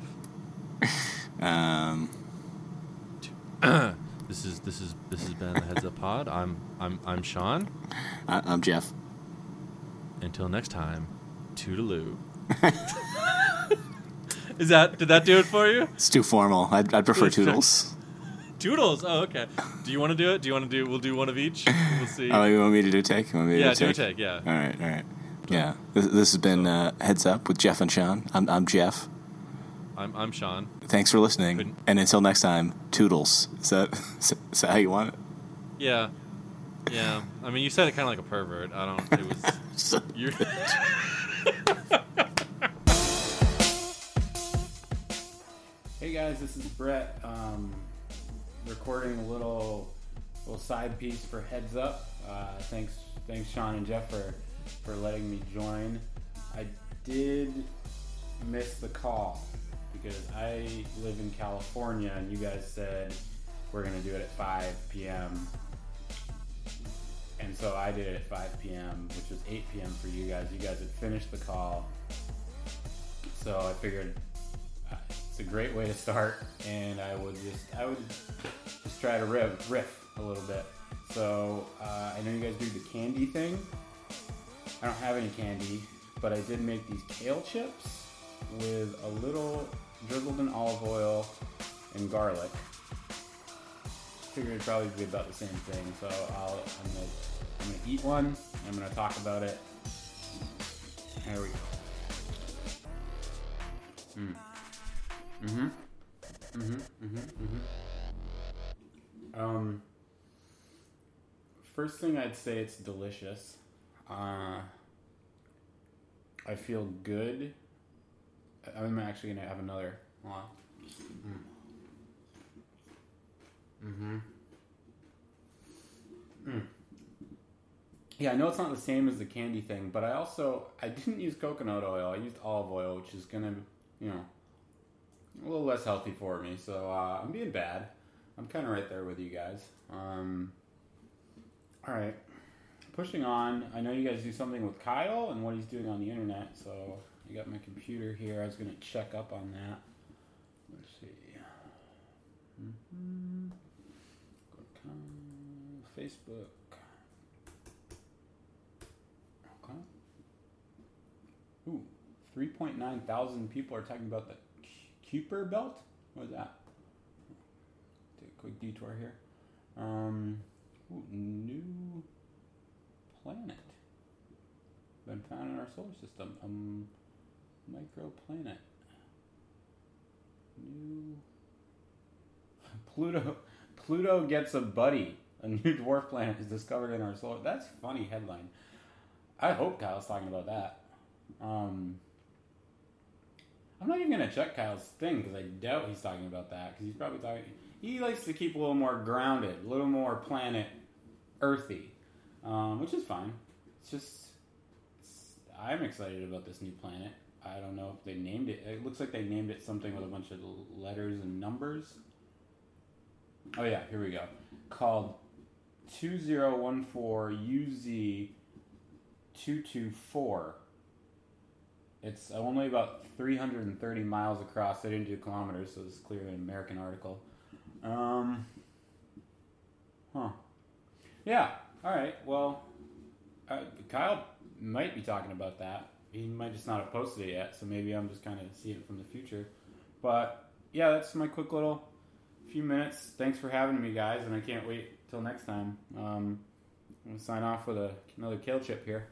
Speaker 2: Um,
Speaker 1: This is this is this has been the Heads Up Pod. I'm I'm I'm Sean.
Speaker 2: I, I'm Jeff.
Speaker 1: Until next time, toodaloo. is that did that do it for you?
Speaker 2: It's too formal. I'd, I'd prefer
Speaker 1: It's just-
Speaker 2: toodles.
Speaker 1: Toodles. Oh, okay. Do you want to do it? Do you want to do? We'll do one of each. We'll see.
Speaker 2: Oh, you want me to do a take? You want me to
Speaker 1: yeah,
Speaker 2: do
Speaker 1: do
Speaker 2: a
Speaker 1: a
Speaker 2: take?
Speaker 1: take. Yeah.
Speaker 2: All right, all right. Yeah, this, this has been uh, Heads Up with Jeff and Sean. I'm, I'm Jeff.
Speaker 1: I'm I'm Sean.
Speaker 2: Thanks for listening.
Speaker 1: Couldn't-
Speaker 2: And until next time, toodles. Is that, is that how you want it?
Speaker 1: Yeah. Yeah. I mean, you said it kind of like a pervert. I don't. It was. You're.
Speaker 4: Hey guys, this is Brett. Um, recording a little little side piece for Heads Up. Uh, thanks, thanks Sean and Jeff for for letting me join. I did miss the call because I live in California, and you guys said we're gonna do it at 5 p.m. And so I did it at 5 p.m., which was 8 p.m. for you guys. You guys had finished the call, so I figured It's a great way to start, and I would just I would just try to riff, riff a little bit. So uh, I know you guys do the candy thing. I don't have any candy, but I did make these kale chips with a little drizzled in olive oil and garlic. Figured it'd probably be about the same thing, so I'll, I'm gonna I'm gonna eat one. And I'm gonna talk about it. There we go. Um, first thing I'd say it's delicious. Uh, I feel good. I- I'm actually gonna have another. Mm. Hold on. Mm-hmm. Mm. Yeah, I know it's not the same as the candy thing, but I also I didn't use coconut oil. I used olive oil, which is gonna you know a little less healthy for me. So uh, I'm being bad. I'm kind of right there with you guys. Um, all right, pushing on. I know you guys do something with Kyle and what he's doing on the internet. So I got my computer here. I was gonna check up on that. Let's see. Mhm. Go to Kyle, Facebook. Okay. Ooh, 3.9 thousand people are talking about the Cu- Kuiper belt? What is that? Take a quick detour here. Um, ooh, new planet. Been found in our solar system. Um, microplanet. New. Pluto. Pluto gets a buddy. A new dwarf planet is discovered in our solar. That's funny headline. I hope Kyle's talking about that. Um, I'm not even gonna check Kyle's thing because I doubt he's talking about that because he's probably talking. He likes to keep a little more grounded, a little more planet earthy, um, which is fine. It's just it's, I'm excited about this new planet. I don't know if they named it. It looks like they named it something with a bunch of l- letters and numbers. Oh yeah, here we go. Called two zero one four UZ 224. It's only about 330 miles across. They didn't do kilometers, so it's clearly an American article. Um, huh. Yeah, alright. Well, uh, Kyle might be talking about that. He might just not have posted it yet, so maybe I'm just kind of seeing it from the future. But yeah, that's my quick little few minutes. Thanks for having me, guys, and I can't wait till next time. Um, I'm gonna sign off with a, another kale chip here.